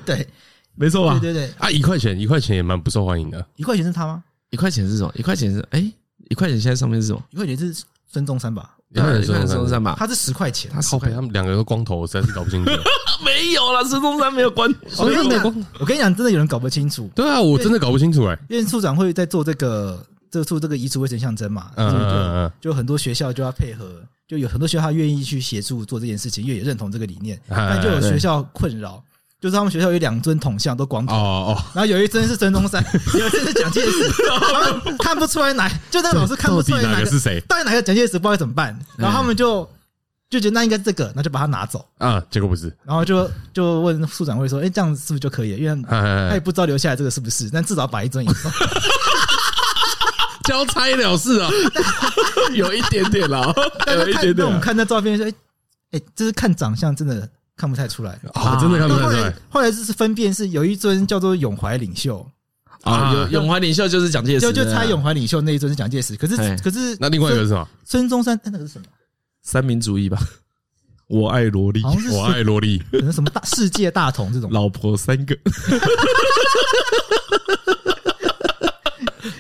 S3: 对
S2: 没错吧
S3: 对？对对，
S4: 啊，一块钱一块钱也蛮不受欢 迎的。
S3: 一块钱是他吗？
S2: 一块钱是什么？一块钱是哎、一块钱现在上面是什么？
S3: 一块钱是孙中山吧？
S4: 一块钱
S2: 一块钱
S4: 孙
S2: 孙
S4: 中
S2: 中
S4: 山
S2: 山吧？
S3: 他是十块钱，
S2: 他
S4: 靠
S2: 十
S4: 北，
S2: 块
S4: 啊他们两个都光头，我实在是搞不清楚。
S2: 没有了，孙中山没有关。
S3: 我跟你讲，我跟你讲，真的有人搞不清楚，
S4: 对啊，我真的搞不清楚哎。
S3: 因为处长会在做这个，这做这个遗嘱卫生象征嘛，
S4: 嗯嗯嗯
S3: 就就很多学校就要配合，就有很多学校愿意去协助做这件事情，因为也认同这个理念，
S4: 哎
S3: 但就有学校困扰，就是他们学校有两尊铜像都光头。
S4: 哦哦，
S3: 然后有一尊是孙中山， 有一尊是蒋介 石，他们看不出来哪，就那个老师看
S4: 到
S3: 不
S4: 底
S3: 出来
S4: 哪
S3: 个
S4: 个是谁
S3: 到底哪个蒋介石，不知道怎么办。然后他们就就觉得那应该是这个，那就把它拿走。
S4: 啊？结果不是，
S3: 然后就就问处长会说：“哎，这样是不是就可以了？”因为
S4: 哎
S3: 他
S4: 哎
S3: 也
S4: 哎
S3: 不知道留下来这个是不是，但至少把一尊移走。
S2: 交差了事 啊，有一点点啦，
S3: 但
S2: 有
S3: 是
S2: 一
S3: 看
S2: 点
S3: 那
S2: 点
S3: 我们
S2: 啦。
S3: 看那照片说，哎、哎、这是看长相真的看不太出来。
S4: 啊，真的看不
S3: 后
S4: 出来
S3: 来。后来就是分辨是有一尊叫做永怀领袖，
S2: 啊，有永怀领袖就是蒋介石，
S3: 就就猜永怀领袖那一尊是蒋介石，可是
S2: 哎
S3: 可是
S4: 那另外一个是什么？
S3: 孙中山哎那个是什么？
S2: 三民主义吧？我爱萝莉，
S3: 好像是
S4: 我爱萝莉，
S3: 可能什么大世界大同这种，
S2: 老婆三个，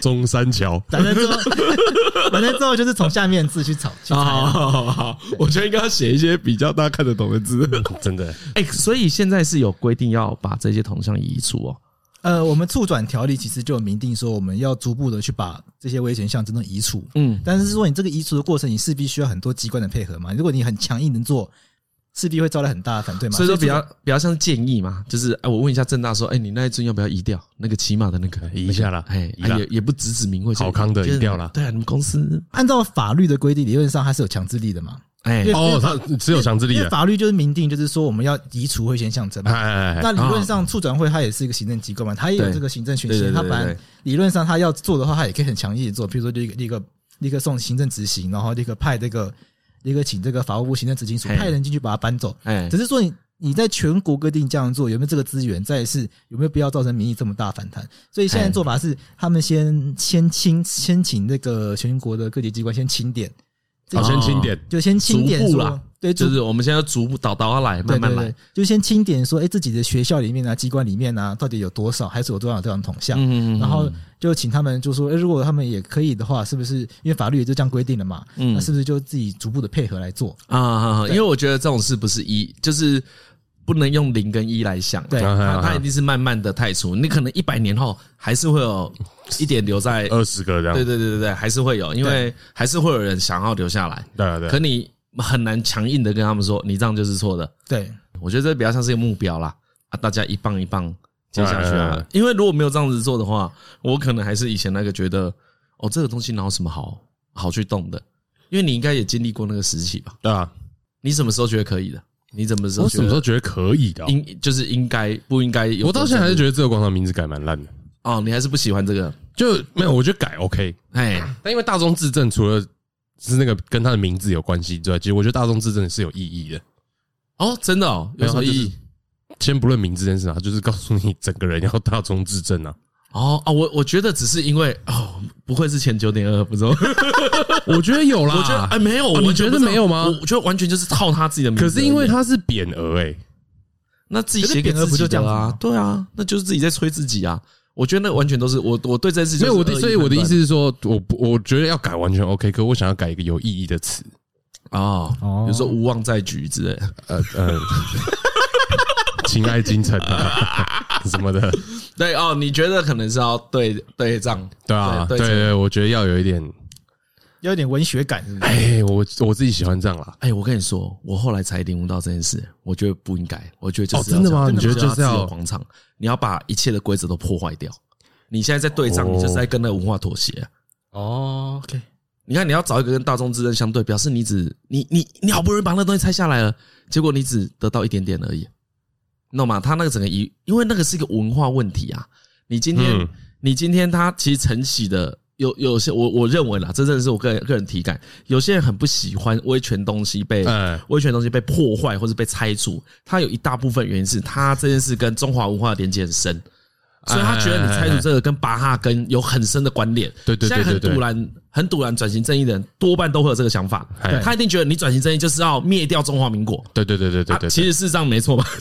S4: 中山桥。
S3: 反正之后， 反正之后就是从下面字去炒去猜
S4: 哦
S2: 好
S3: 啊。
S2: 好好好，我觉得应该要写一些比较大家看得懂的字。
S4: 真的，
S2: 哎、所以现在是有规定要把这些铜像移除哦。
S3: 呃，我们促转条例其实就有明定说，我们要逐步的去把这些危险项真正移除。
S2: 嗯，
S3: 但是说你这个移除的过程，你势必需要很多机关的配合嘛。如果你很强硬能做，势必会招来很大的反对嘛。
S2: 所以说比较
S3: 促
S2: 比较像是建议嘛，就是哎、我问一下郑大说，哎、你那一尊要不要移掉？那个骑马的那个
S4: 移一下啦
S2: 哎、
S4: 移啦
S2: 也也不指指名讳，
S4: 好康的
S2: 就是
S4: 移掉啦
S2: 对啊，你们公司
S3: 按照法律的规定，理论上它是有强制力的嘛。因
S2: 哎、
S3: 为
S4: 哦，他只有强制力
S3: 因
S4: 的
S3: 为，法律就是明定，就是说我们要移除危险象征
S4: 哎
S3: 嘛。
S4: 哎哎
S3: 那理论上，促转会它也是一个行政机构嘛，它也有
S2: 啊对
S3: 这个行政权
S2: 对对
S3: 限。
S2: 对
S3: 它
S2: 对
S3: 本来
S2: 对
S3: 理论上它要做的话，它也可以很强硬地做，比如说立立刻立刻送行政执行，然后立刻派这个立刻请这个法务部行政执行署
S2: 嘿
S3: 派人进去把它搬走。
S2: 哎
S3: 只，是说你你在全国各地这样做，有没有这个资源？再来是有没有必要造成民意这么大反弹？所以现在
S2: 哎
S3: 做法是，他们先先清先请那个全国的各级机关先清点，这
S4: 好，
S3: 个
S4: 先轻点，
S3: 就先清点
S2: 哦逐步
S3: 说
S2: 啦，
S3: 对，
S2: 就
S3: 逐
S2: 是我们现在逐步倒倒来，
S3: 对
S2: 慢慢
S3: 对
S2: 来
S3: 对，，就先清点说，哎，自己的学校里面啊、机关里面啊，到底有多少，还是有多少这样桶项？
S2: 嗯
S3: 然后就请他们就说，哎，如果他们也可以的话，是不是因为法律也就这样规定了嘛？
S2: 嗯
S3: 那是不是就自己逐步的配合来做？
S2: 啊啊，啊因为我觉得这种事不是一，就是不能用零跟一来想，
S3: 对
S2: 它
S4: 啊
S2: 它一定是慢慢的太除，你可能一百年后还是会有一点留在，
S4: 二十个这样，
S2: 对
S4: 对
S2: 对对对对，还是会有，因为还是会有人想要留下来，
S4: 对对，
S2: 可你很难强硬的跟他们说你这样就是错的，
S3: 对，
S2: 我觉得这比较像是一个目标啦，啊，大家一棒一棒接下去
S4: 哎哎
S2: 啊
S4: 哎。
S2: 因为如果没有这样子做的话，我可能还是以前那个觉得，哦，这个东西哪有什么好好去动的？因为你应该也经历过那个时期吧？
S4: 对啊，
S2: 你什么时候觉得可以的？你怎么时候
S4: 我
S2: 觉
S4: 什么时候
S2: 得
S4: 觉得可以的啊？
S2: 应就是应该不应该有这个？
S4: 我到现在还是觉得这个广场名字改蛮烂的，
S2: 哦，你还是不喜欢这个，
S4: 就没有，我觉得改 OK，
S2: 哎，
S4: 但因为大众自证除了是那个跟他的名字有关系之外，其实我觉得大众自证是有意义的。
S2: 哦，真的哦，有什么意
S4: 没有
S2: 义
S4: 就是？先不论名字这件事啊，就是告诉你整个人要大众自证啊。
S2: 哦啊，我我觉得只是因为哦，不愧是前九点二，不 错。
S4: 我觉得有啦，
S2: 我觉得哎，没有，
S4: 啊
S2: 我
S4: 你
S2: 完全
S4: 觉得
S2: 不知道
S4: 没有吗
S2: 我我觉得完全就是套他自己的名字而
S4: 可
S2: 已。
S4: 是因为它是匾额哎，
S2: 那自己写给
S3: 可是
S2: 自
S3: 匾额不
S2: 己
S3: 就这样
S2: 的
S3: 子
S2: 啊
S3: 吗，
S2: 对啊，那就是自己在吹自己啊。我觉得那完全都是我我对这件事情
S4: 所以
S2: 就是
S4: 我的
S2: 恶意
S4: 所以我
S2: 判
S4: 的意
S2: 断
S4: 思是说，我不我觉得要改完全 OK，可我想要改一个有意义的词，
S2: 啊，
S3: 哦
S2: 比如说无望在举之类的，
S4: 呃呃， 情爱金城啊什么的，
S2: 对哦，你觉得可能是要对对仗，
S4: 对啊，对
S2: 对
S4: 对，
S2: 对。
S4: 对我觉得要有一点，
S3: 要有点文学感，是不是？
S4: 哎，我我自己喜欢这样啦。
S2: 哎，我跟你说，我后来才领悟到这件事，我觉得不应该，我觉得就是
S4: 哦真的吗
S2: 要这样
S4: 你觉
S2: 我
S4: 得就是
S2: 要自
S4: 要
S2: 由广场，你要把一切的规则都破坏掉。你现在在对仗，
S4: 哦
S2: 你就是在跟那个文化妥协啊。
S3: 哦，OK，
S2: 你看，你要找一个跟大众之争相对，表示你只你你你好不容易把那东西拆下来了，结果你只得到一点点而已，你懂吗？他那个整个一，因为那个是一个文化问题啊。你今天、
S4: 嗯
S2: 你今天他其实承袭的有有些我我认为啦，这真的是我个人个人体感，有些人很不喜欢威权东西被、
S4: 哎
S2: 威权东西被破坏或是被拆除，他有一大部分原因是他这件事跟中华文化的连接很深。
S4: 哎
S2: 所以他觉得你拆除这个跟拔哈根有很深的关联，
S4: 对对对
S2: 现在很
S4: 对对
S2: 堵然、很堵然转型正义的人，多半都会有这个想法
S4: 哎，
S2: 他一定觉得你转型正义就是要灭掉中华民国，
S4: 对对对对对
S2: 啊
S4: 对，
S2: 其实事实上没错嘛。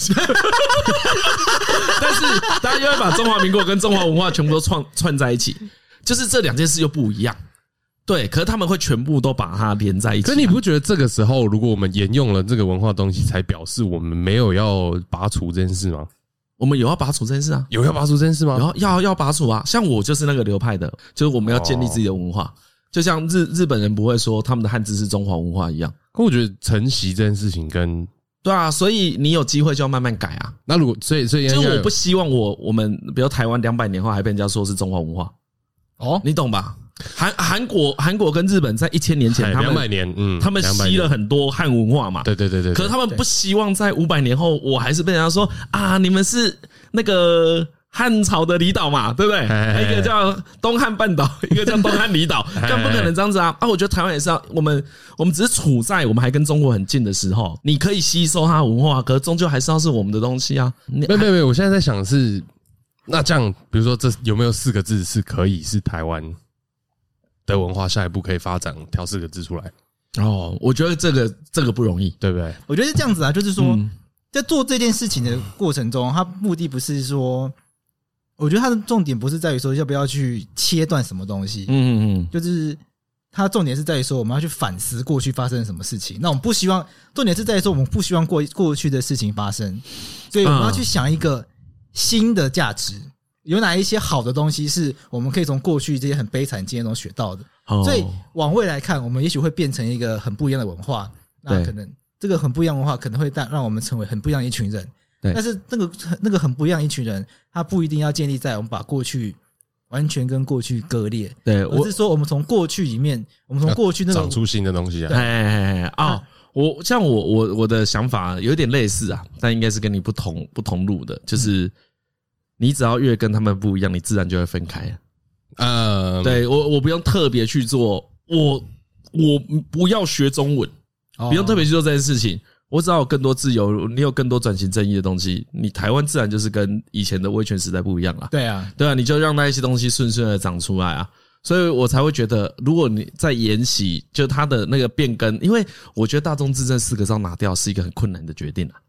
S2: 但是大家又会把中华民国跟中华文化全部都串串在一起，就是这两件事又不一样。对，可是他们会全部都把它连在一起啊。
S4: 可你不觉得这个时候，如果我们沿用了这个文化东西，才表示我们没有要拔除这件事吗？
S2: 我们有要拔除这件事啊，
S4: 有要拔除这件事吗？
S2: 有要要要拔除啊。像我就是那个流派的，就是我们要建立自己的文
S4: 哦
S2: 化，就像日日本人不会说他们的汉字是中华文化一样。
S4: 可我觉得承袭这件事情跟
S2: 对啊，所以你有机会就要慢慢改啊。
S4: 那如果所以所以
S2: 就
S4: 应
S2: 是
S4: 该
S2: 我不希望我我们比如台湾两百年后还被人家说是中华文化，
S3: 哦，
S2: 你懂吧？韩韩国韩国跟日本在一千年前，
S4: 哎
S2: 他
S4: 两百
S2: 们
S4: 年，嗯，
S2: 他们
S4: 200
S2: 吸了
S4: 年，
S2: 很多汉文化嘛，
S4: 对对对对，
S2: 可
S4: 对
S2: 是他们不希望在五百年后，我还是被人家说啊，你们是那个汉朝的离岛嘛，对不对？
S4: 哎哎哎
S2: 一个叫东汉半 岛，一个叫东汉离岛，
S4: 哎哎
S2: 更不可能这样子啊！啊，我觉得台湾也是啊，我们我们只是处在我们还跟中国很近的时候，你可以吸收它的文化，可是终究还是要是我们的东西啊。你
S4: 哎没有没有没有，我现在在想的是，那这样比如说这有没有四个字是可以是台湾的文化下一步可以发展挑四个字出来？
S2: 哦，我觉得这个这个不容易。
S4: 对不对？
S3: 我觉得是这样子啊，就是说
S2: 嗯，
S3: 在做这件事情的过程中，他目的不是说，我觉得他的重点不是在于说要不要去切断什么东西，
S2: 嗯嗯
S3: 就是它重点是在于说我们要去反思过去发生了什么事情。那我们不希望，重点是在于说我们不希望过过去的事情发生，所以我们要去想一个新的价值。有哪一些好的东西是我们可以从过去这些很悲惨的经验中学到的？
S2: 嗯，
S3: 所以
S2: 哦
S3: 往未来看，我们也许会变成一个很不一样的文化。那
S2: 对
S3: 可能这个很不一样的文化，可能会带让我们成为很不一样的一群人。
S2: 对
S3: 但是那个那个很不一样的一群人，他不一定要建立在我们把过去完全跟过去割裂，
S2: 对
S3: 我
S2: 我
S3: 是说我们从过去里面，我们从过去那
S4: 长
S3: 种
S4: 出新的东西啊
S2: 哎！哎哎啊，哦我像我我我的想法有点类似啊，但应该是跟你不同不同路的，就是你只要越跟他们不一样，你自然就会分开。啊
S4: 嗯，
S2: 对我我不用特别去做，我我不要学中文，
S3: 哦
S2: 不用特别去做这件事情。我只要有更多自由，你有更多转型正义的东西，你台湾自然就是跟以前的威权时代不一样了。
S3: 对啊，
S2: 对啊，你就让那一些东西顺顺的长出来啊。所以我才会觉得，如果你在沿袭，就它的那个变更，因为我觉得“大众自证”四个字要拿掉是一个很困难的决定啊。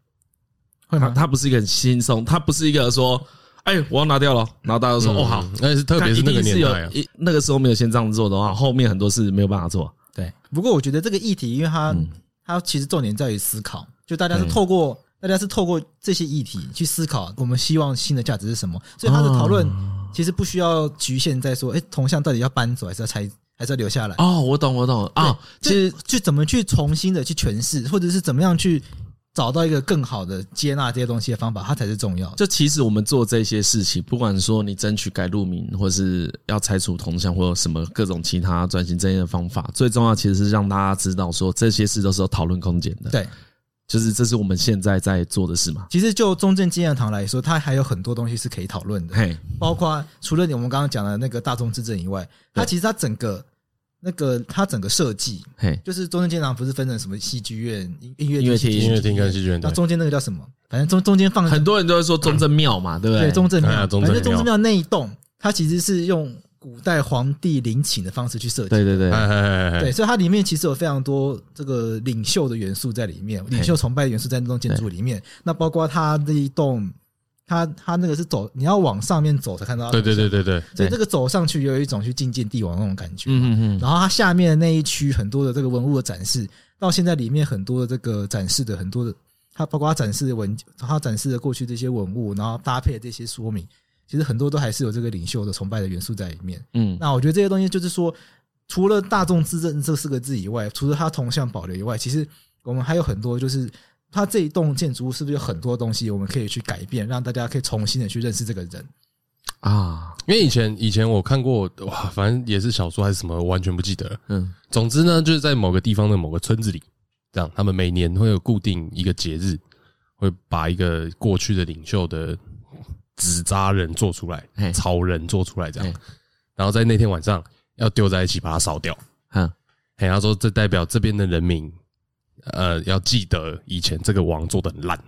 S3: 会
S2: 它
S3: 吗？
S2: 它不是一个很轻松，它不是一个说，哎，我要拿掉了，然后大家就说，
S4: 嗯
S2: 哦好，，
S4: 那是特别是那个年代
S2: 一
S4: 啊
S2: 定，是有一那个时候没有先这样做的话，后面很多事没有办法做。
S3: 对。嗯不过我觉得这个议题，因为它、它其实重点在于思考，就大家是透过、大家是透过这些议题去思考，我们希望新的价值是什么，所以它的讨论其实不需要局限在说，哎、铜像到底要搬走还是要拆，还是要留下来？
S2: 哦，我懂，我懂啊。其
S3: 对
S2: 实
S3: 就就怎么去重新的去诠释，或者是怎么样去找到一个更好的接纳这些东西的方法，它才是重要的。
S2: 就其实我们做这些事情，不管说你争取改路名，或是要拆除铜像，或有什么各种其他转型正义的方法，最重要其实是让大家知道说这些事都是有讨论空间的。，
S3: 对，
S2: 就是这是我们现在在做的事嘛。
S3: 其实就中正纪念堂来说，它还有很多东西是可以讨论的。
S2: 嘿，
S3: 包括除了你我们刚刚讲的那个大众之证以外，它其实它整个那个它整个设计，
S2: 嘿，
S3: 就是中正建堂不是分成什么戏剧院、音音乐
S2: 音乐
S3: 戏剧
S2: 厅
S4: 音乐厅跟戏剧院
S3: 那
S4: 对，
S3: 中间那个叫什么？反正中中间放
S2: 很多人都会说中正庙嘛，对不
S3: 嗯
S2: 对？
S3: 对中正
S4: 哎
S3: 庙，
S4: 呀中
S3: 反正
S4: 正
S3: 中
S4: 庙
S3: 正庙那一栋，它其实是用古代皇帝陵寝的方式去设计。
S2: 对对对
S4: 哎哎哎
S3: 对，
S4: 哎，
S3: 所以它里面其实有非常多这个领袖的元素在里面，领袖崇拜的元素在那栋建筑里面。那包括它那一栋，它它那个是走，你要往上面走才看到它
S4: 对对对对对，
S3: 所以这个走上去也有一种去觐见帝王那种感觉。
S2: 嗯嗯嗯，
S3: 然后它下面的那一区很多的这个文物的展示，到现在里面很多的这个展示的很多的，它包括它展示的文，它展示的过去这些文物，然后搭配这些说明，其实很多都还是有这个领袖的崇拜的元素在里面。
S2: 嗯，
S3: 那我觉得这些东西就是说，除了“大众之政”这四个字以外，除了它铜像保留以外，其实我们还有很多就是。它这一栋建筑物是不是有很多东西我们可以去改变，让大家可以重新的去认识这个人？
S2: 啊，
S4: 因为以前以前我看过哇，反正也是小说还是什么，我完全不记得了。
S2: 嗯
S4: 总之呢，就是在某个地方的某个村子里，这样他们每年会有固定一个节日，会把一个过去的领袖的纸扎人做出来
S2: 嘿，
S4: 草人做出来这样
S2: 嘿，
S4: 然后在那天晚上要丢在一起把它烧掉。
S2: 嗯，
S4: 嘿，哎他说这代表这边的人民，呃，要记得以前这个王做的很烂，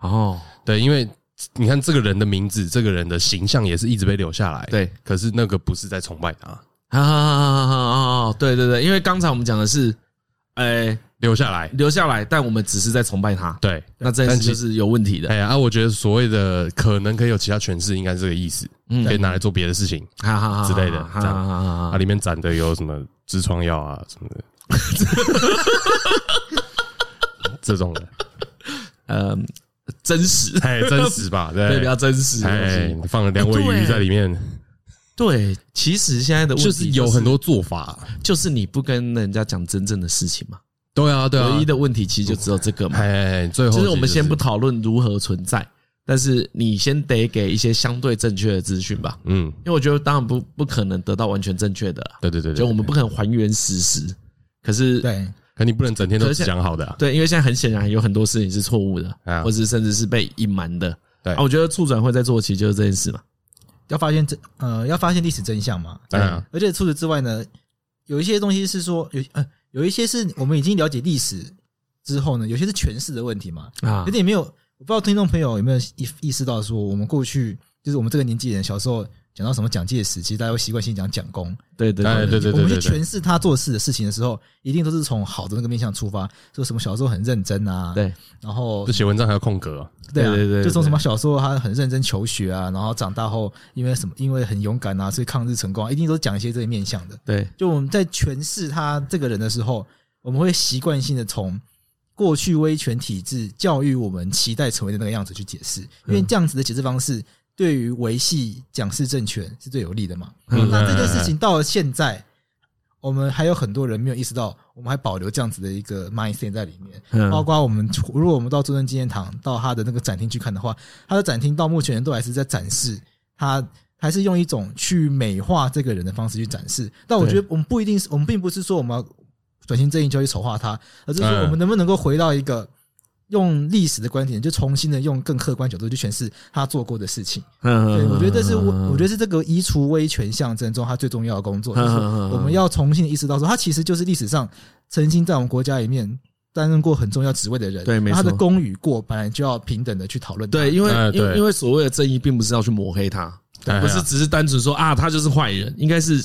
S2: 哦，
S4: 对，因为你看这个人的名字，这个人的形象也是一直被留下来，
S2: 对。
S4: 可是那个不是在崇拜他，
S2: 啊啊！对对对，因为刚才我们讲的是，哎，
S4: 留下来，
S2: 留下来，但我们只是在崇拜他。
S4: 对，
S2: 那这件事就是有问题的
S4: 哎。呀，啊，我觉得所谓的可能可以有其他诠释，应该是这个意思，
S2: 嗯
S4: 可以拿来做别的事情。
S2: 哈哈哈
S4: 之类的
S2: 哈哈
S4: 这样
S2: 哈
S4: 啊，
S2: 哈。
S4: 里面展的有什么痔疮药啊什么的， 这种的，
S2: 呃，真实，
S4: 哎，真实吧？
S2: 对，
S4: 对
S2: 比，较真实的
S4: 哎
S2: 东西。，
S4: 放了两尾鱼在里面，
S2: 对，其实现在的问题
S4: 就是是有很，多做法。
S2: 就是你不跟人家讲真正的事情嘛。
S4: 对啊，对
S2: 唯一的问题其实就只有这个嘛。
S4: 哎，最后
S2: 就是我们先不
S4: 其实是，
S2: 讨论如何存在，但是你先得给一些相对正确的资讯吧。
S4: 嗯，
S2: 因为我觉得当然不不可能得到完全正确的啦，
S4: 对对对，对
S2: 就我们，不可能还原事实。可是
S3: 对，
S4: 可你不能整天都
S2: 可是
S4: 只讲好的啊，
S2: 对，因为现在很显然有很多事情是错误的，
S4: 啊
S2: 或者甚至是被隐瞒的。
S4: 对
S2: 啊，我觉得促转会在做，其实就是这件事嘛。
S3: 要发现真呃，要发现历史真相嘛。
S4: 当然啊
S3: 而且除此之外呢，有一些东西是说有呃有一些是我们已经了解历史之后呢，有些是诠释的问题嘛，
S2: 啊
S3: 有，点没有，我不知道听众朋友有没有意意识到说，我们过去就是我们这个年纪人小时候讲到什么蒋介石，其实大家会习惯性讲蒋公，
S2: 对对
S4: 哎对对
S3: 我
S4: 对
S3: 们去
S4: 对对，
S3: 诠释他做事的事情的时候，一定都是从好的那个面向出发，说什么小时候很认真啊，，
S2: 对
S3: 然后
S4: 这写文章还要空格啊，
S3: 对啊，
S2: 对对对对
S3: 就从什么小时候他很认真求学啊，然后长大后因为什么，因为很勇敢啊，所以抗日成功、啊，一定都讲一些这些面向的。
S2: 对
S3: 就我们在诠释他这个人的时候，我们会习惯性的从过去威权体制教育我们期待成为的那个样子去解释，
S2: 嗯
S3: 因为这样子的解释方式对于维系蒋氏政权是最有利的嘛。
S2: 嗯
S3: 那这件事情到了现在，我们还有很多人没有意识到，我们还保留这样子的一个 mindset 在里面。
S2: 嗯
S3: 包括我们如果我们到中正纪念堂到它的那个展厅去看的话，它的展厅到目前都还是在展示它。还是用一种去美化这个人的方式去展示，但我觉得我们不一定是，我们并不是说我们要转型正义就要去丑化它，而是说
S4: 嗯
S3: 我们能不能够回到一个用历史的观点，就重新的用更客观角度去诠释他做过的事情。对，
S2: 嗯
S3: 我觉得这是我，我觉
S2: 得
S3: 得是这个移除威权象征中它最重要的工作，
S2: 嗯
S3: 就
S2: 嗯
S3: 是
S2: 嗯嗯
S3: 我们要重新地意识到说，他其实就是历史上曾经在我们国家里面担任过很重要职位的人，
S2: 对没错
S3: 他的功与过本来就要平等的去讨论他。
S2: 对，因为
S4: 哎
S2: 因为
S4: 对
S2: 因为所谓的正义，并不是要去抹黑他，
S4: 对啊
S2: 不是只是单纯说啊，他就是坏人，应该是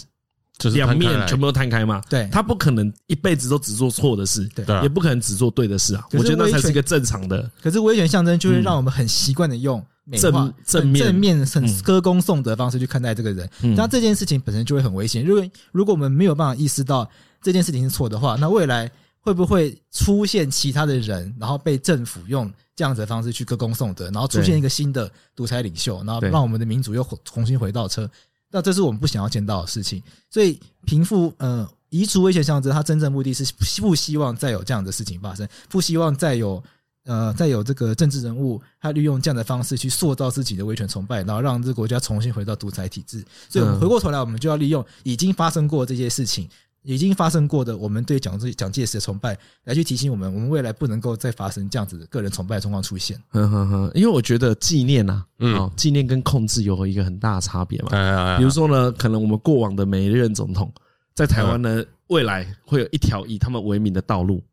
S4: 就是
S2: 两
S4: 摊开
S2: 面
S4: 来
S2: 全部都摊开嘛。
S3: 对
S2: 他不可能一辈子都只做错的事，
S3: 对
S4: 对啊
S2: 也不可能只做对的事啊。
S3: 可是
S2: 我觉得那才是
S3: 威权
S2: 一个正常的，
S3: 可是威权象征就会让我们很习惯的用美化
S2: 正嗯正面
S3: 正面很
S2: 嗯
S3: 歌功颂德的方式去看待这个人，
S2: 嗯
S3: 那这件事情本身就会很危险。如果如果我们没有办法意识到这件事情是错的话，那未来会不会出现其他的人，然后被政府用这样子的方式去歌功颂德，然后出现一个新的独裁领袖，然后
S2: 对
S3: 让我们的民主又重新回到车？那这是我们不想要见到的事情。所以贫富呃移除威权象征，它真正目的是不希望再有这样的事情发生，不希望再有呃再有这个政治人物他利用这样的方式去塑造自己的威权崇拜，然后让这个国家重新回到独裁体制。所以我们
S2: 嗯
S3: 回过头来，我们就要利用已经发生过这些事情。已经发生过的，我们对蒋介蒋介石的崇拜，来去提醒我们，我们未来不能够再发生这样子的个人崇拜的状况出现。
S2: 哼哼
S3: 嗯
S2: 哼，因为我觉得纪念啊，
S4: 嗯
S2: 嗯，纪念跟控制有一个很大的差别嘛。
S4: 哎哎哎
S2: 比如说呢，可能我们过往的每一任总统，在台湾
S4: 嗯
S2: 呢，未来会有一条以他们为名的道路，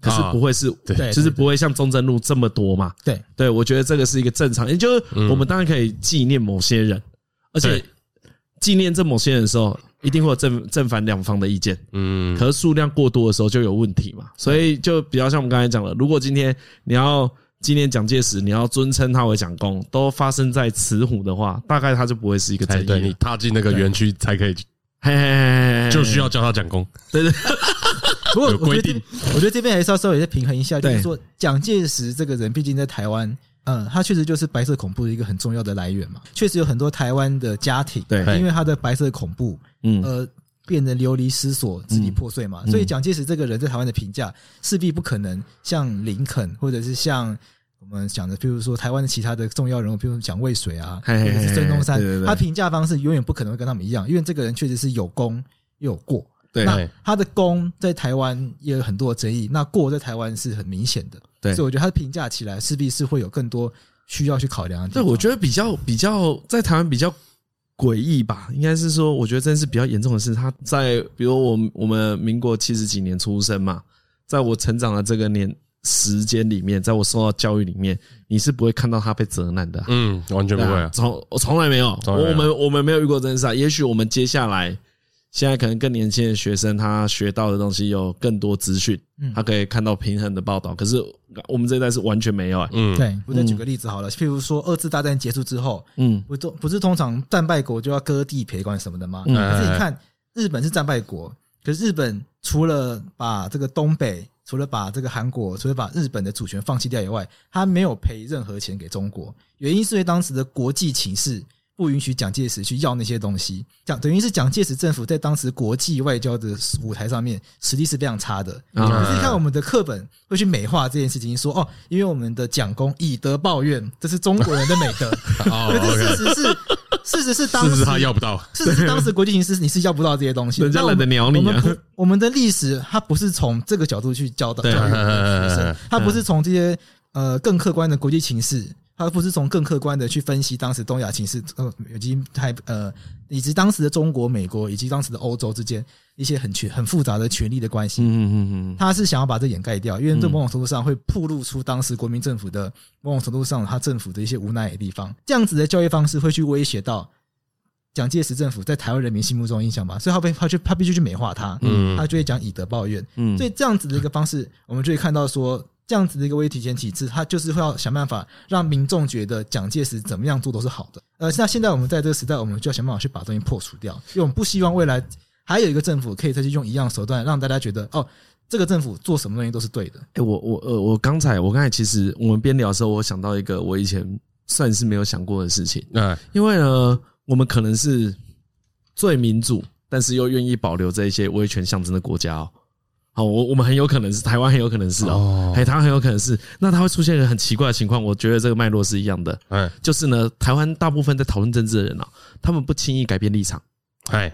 S2: 可是
S4: 啊
S2: 不会是，
S3: 对
S2: 就是不会像中正路这么多嘛。
S3: 对
S2: 对，我觉得这个是一个正常，也就是我们当然可以纪念某些人，而且
S4: 嗯对
S2: 纪念这某些人的时候，一定会有正正反两方的意见。
S4: 嗯，
S2: 可是数量过多的时候就有问题嘛，所以就比较像我们刚才讲的，如果今天你要纪念蒋介石，你要尊称他为蒋公，都发生在慈湖的话，大概他就不会是一个正
S4: 才
S2: 义
S4: 哎对你
S2: 了。
S4: 踏进那个园区才可以，
S2: 嘿嘿嘿嘿嘿
S4: 就需要叫他讲功，
S2: 对对
S3: 不过
S4: 有
S3: 我觉
S4: 规
S3: 得这
S4: 定，
S3: 我觉得这边还是要稍微再平衡一下，就
S2: 对
S3: 是说蒋介石这个人，毕竟在台湾，嗯，他确实就是白色恐怖的一个很重要的来源嘛。确实有很多台湾的家庭，
S2: 对
S4: 对
S3: 因为他的白色恐怖，
S2: 嗯，
S3: 呃，变得流离失所、支离破碎嘛。
S2: 嗯
S3: 所以蒋介石这个人在台湾的评价，势必不可能像林肯，或者是像。我们讲的，比如说台湾的其他的重要人物，比如蒋渭水啊，或
S2: 嘿嘿嘿
S3: 者是孙中山
S2: 对对，对
S3: 他评价方式永远不可能会跟他们一样，因为这个人确实是有功又有过。
S2: 对
S3: 那他的功在台湾也有很多的争议，那过在台湾是很明显的，
S2: 对
S3: 所以我觉得他评价起来势必是会有更多需要去考量的地
S2: 对，
S3: 方。
S2: 我觉得比较比较在台湾比较诡异吧，应该是说，我觉得真是比较严重的是，他在比如我们我们民国七十几年出生嘛，在我成长的这个年时间里面，在我受到教育里面，你是不会看到他被责难的啊、
S4: 嗯，完全不
S2: 对
S4: 会
S2: 啊，
S4: 啊，
S2: 从我从来没有，
S4: 从来没
S2: 我
S4: 有
S2: 们我们没有遇过这件事啊。也许我们接下来现在可能更年轻的学生，他学到的东西有更多资讯
S3: 嗯，
S2: 他可以看到平衡的报道。可是我们这一代是完全没有、欸，
S4: 嗯，
S3: 对，我再举个例子好了，譬如说二次大战结束之后，
S2: 嗯，
S3: 不都不是通常战败国就要割地赔款什么的吗？
S2: 嗯
S3: 可是你看日本是战败国，可是日本除了把这个东北，除了把这个韩国，除了把日本的主权放弃掉以外，他没有赔任何钱给中国，原因是因为当时的国际情势。不允许蒋介石去要那些东西，蒋等于是蒋介石政府在当时国际外交的舞台上面实力是非常差的。
S2: 啊
S3: 可是你看我们的课本会去美化这件事情，说哦，因为我们的蒋公以德报怨，这是中国人的美德。
S4: 哦
S3: 可是事
S4: ，OK，
S3: 实是，事实是当
S4: 是
S3: 时
S4: 不是他要不到？
S3: 事实是当时国际形势你是要不到这些东西的，
S2: 人家
S3: 那我
S2: 懒得
S3: 们
S2: 鸟你啊
S3: 我们不我们的历史它不是从这个角度去教导教
S2: 对
S3: 育我们的学
S4: 嗯嗯嗯
S3: 生
S4: 嗯，
S3: 它不是从这些呃更客观的国际情势。它不是从更客观的去分析当时东亚情势，呃，以及还呃，以及当时的中国、美国以及当时的欧洲之间一些很权很复杂的权力的关系，
S2: 嗯嗯嗯嗯
S3: 他是想要把这掩盖掉，因为这某种程度上会暴露出当时国民政府的某种程度上他政府的一些无奈的地方。这样子的教育方式会去威胁到蒋介石政府在台湾人民心目中的印象吧，所以他被他去他必须去美化它，
S4: 嗯
S3: 他就会讲以德报怨，
S2: 嗯
S3: 所以这样子的一个方式，我们就会看到说，这样子的一个威体前体制，它就是会要想办法让民众觉得蒋介石怎么样做都是好的。呃，那现在我们在这个时代，我们就要想办法去把东西破除掉，因为我们不希望未来还有一个政府可以再去用一样手段，让大家觉得哦，这个政府做什么东西都是对的。
S2: 哎、我我呃，我刚才我刚才其实我们边聊的时候，我想到一个我以前算是没有想过的事情，
S4: 哎，
S2: 因为呢，我们可能是最民主，但是又愿意保留这一些威权象征的国家哦。好，我我们很有可能是台湾，很有可能是哦
S4: 哦，
S2: 哎、台湾很有可能是，那它会出现一个很奇怪的情况，我觉得这个脉络是一样的，
S4: 哎，
S2: 就是呢，台湾大部分在讨论政治的人啊，他们不轻易改变立场。
S4: 哎，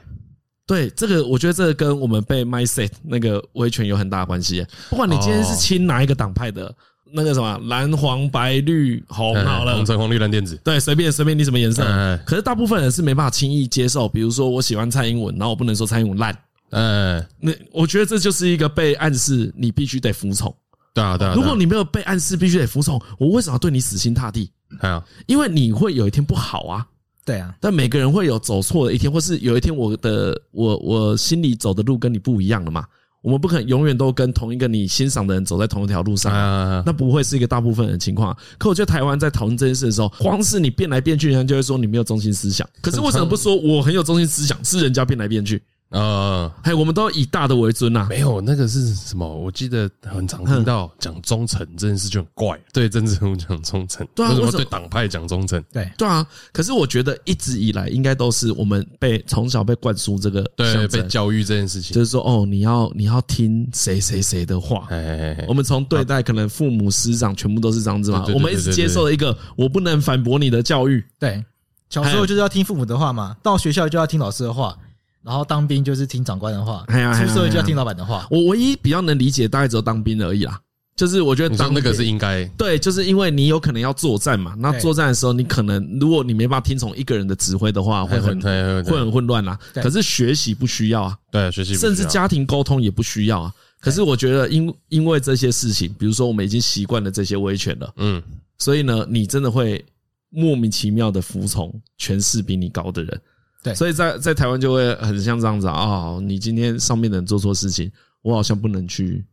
S2: 对这个，我觉得这个跟我们被 mindset 那个威权有很大的关系。不管你今天
S4: 哦
S2: 是亲哪一个党派的，那个什么蓝黄白绿红好了
S4: 哎红，橙黄绿蓝靛紫，
S2: 对，随便随便你什么颜色
S4: 哎。
S2: 可是大部分人是没办法轻易接受，比如说我喜欢蔡英文，然后我不能说蔡英文烂。
S4: 哎，
S2: 那我觉得这就是一个被暗示，你必须得服从。
S4: 对啊，对啊，
S2: 如果你没有被暗示，必须得服从，我为什么要对你死心塌地？
S4: 还有，
S2: 因为你会有一天不好啊。
S3: 对啊，
S2: 但每个人会有走错的一天，或是有一天我的我我心里走的路跟你不一样了嘛。我们不可能永远都跟同一个你欣赏的人走在同一条路上啊，
S4: 啊，
S2: 那不会是一个大部分人的情况啊。可我觉得台湾在讨论这件事的时候，光是你变来变去，人家就会说你没有中心思想。可是为什么不说我很有中心思想？是人家变来变去，
S4: 呃，
S2: 嘿，我们都以大的为尊呐、啊。
S4: 没有，那个是什么？我记得很常听到讲忠诚这件事就很怪，对政治人物讲忠诚，
S2: 对啊
S4: 为什
S2: 为
S4: 么
S2: 什么
S4: 对党派讲忠诚？
S3: 对。
S2: 对啊，可是我觉得一直以来应该都是我们被从小被灌输这个
S4: 对，
S2: 象
S4: 被
S2: 征，
S4: 教育这件事情
S2: 就，是说哦，你要你要听谁谁谁的话，
S4: 哎哎哎
S2: 我们从对待可能父母师长全部都是这样子嘛，
S4: 对对对
S2: 我们一直接受了一个我不能反驳你的教育，
S3: 对，小时候就是要听父母的话嘛，到学校就要听老师的话，然后当兵就是听长官的话，
S2: 哎呀哎呀
S3: 出社会就要听老板的话。
S2: 我唯一比较能理解大概只有当兵而已啦，就是我觉得
S4: 你说
S2: 当
S4: 那个是应该，
S2: 对，就是因为你有可能要作战嘛，那
S3: 对
S2: 作战的时候你可能如果你没办法听从一个人的指挥的话，会很会
S4: 对对
S2: 很混乱啦。
S3: 对
S2: 可是学习不需要啊，
S4: 对学习不需要，
S2: 甚至家庭沟通也不需要啊。可是我觉得因因为这些事情，比如说我们已经习惯了这些威权了，
S4: 嗯，
S2: 所以呢，你真的会莫名其妙的服从权势比你高的人。
S3: 对
S2: 所以在在台湾就会很像这样子啊、哦，你今天上面的人做错事情，我好像不能去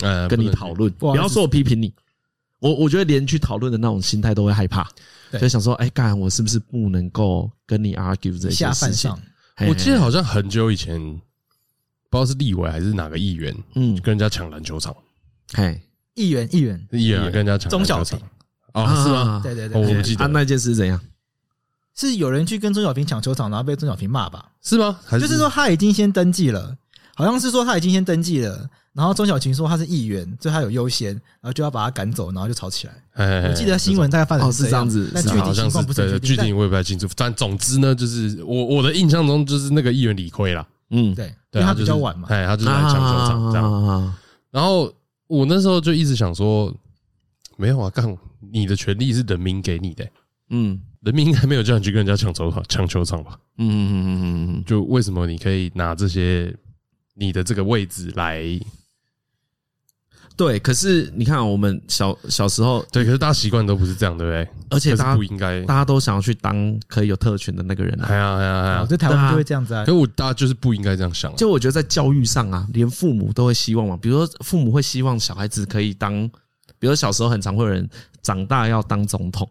S4: 呃，
S2: 跟你
S4: 不能
S2: 讨论，
S3: 不好意
S2: 不
S3: 思
S2: 要说我批评你，我我觉得连去讨论的那种心态都会害怕，
S3: 对
S2: 就想说，哎，干我是不是不能够跟你 argue 这些
S3: 下
S2: 事
S3: 犯
S2: 情
S3: 上？，
S2: 嘿
S4: 我记得，好像很久以前，不知道是立委还是哪个议员，
S2: 嗯
S4: 就，跟人家抢篮球场，
S2: 嘿，
S3: 议员议员，
S4: 议员啊跟人家抢
S3: 钟
S4: 篮
S3: 小
S4: 球
S3: 平
S4: 场，啊，是吗？
S2: 啊
S3: 对对对，
S4: 哦我
S3: 对
S4: 不记得
S2: 啊，那件事是怎样？
S3: 是有人去跟钟小平抢球场，然后被钟小平骂吧？
S4: 是吗？还
S3: 就是说他已经先登记了，好像是说他已经先登记了，然后钟小平说他是议员，所以他有优先，然后就要把他赶走，然后就吵起来。
S4: 哎，
S3: 我记得新闻大概发展
S2: 哦是这样子
S3: 但
S2: 是
S3: 具
S2: 这样
S3: 体
S4: 好
S3: 情
S4: 像
S3: 况不
S4: 是
S3: 是
S4: 对
S3: 很
S4: 具
S3: 确
S4: 体
S3: 定。
S4: 我也不太清楚，但总之呢，就是我我的印象中就是那个议员理亏啦，
S2: 嗯，
S3: 但
S2: 啊
S3: 对，因为
S4: 对，啊
S3: 他
S4: 就
S3: 比较
S4: 是
S3: 晚嘛。
S4: 哎，他就是来抢球场这样。
S2: 样，
S4: 然后我那时候就一直想说，没有啊，干你的权利是人民给你的、
S2: 嗯
S4: 人民应该没有叫你去跟人家抢球场抢球场吧？
S2: 嗯嗯嗯嗯嗯
S4: 就为什么你可以拿这些你的这个位置来？
S2: 嗯，对。可是你看，我们小小时候，
S4: 对，可是大家习惯都不是这样，对不对？
S2: 而且
S4: 这
S2: 大
S4: 是
S2: 家
S4: 不应该。
S2: 大家都想要去当可以有特权的那个人啊。
S4: 哎呀哎呀哎
S3: 我
S4: 呀！
S3: 在哦台湾就会这样子啊
S4: 可，我大家就是不应该这样想啊。
S2: 就我觉得在教育上啊，连父母都会希望嘛，比如说父母会希望小孩子可以当，比如说小时候很常会有人长大要当总统，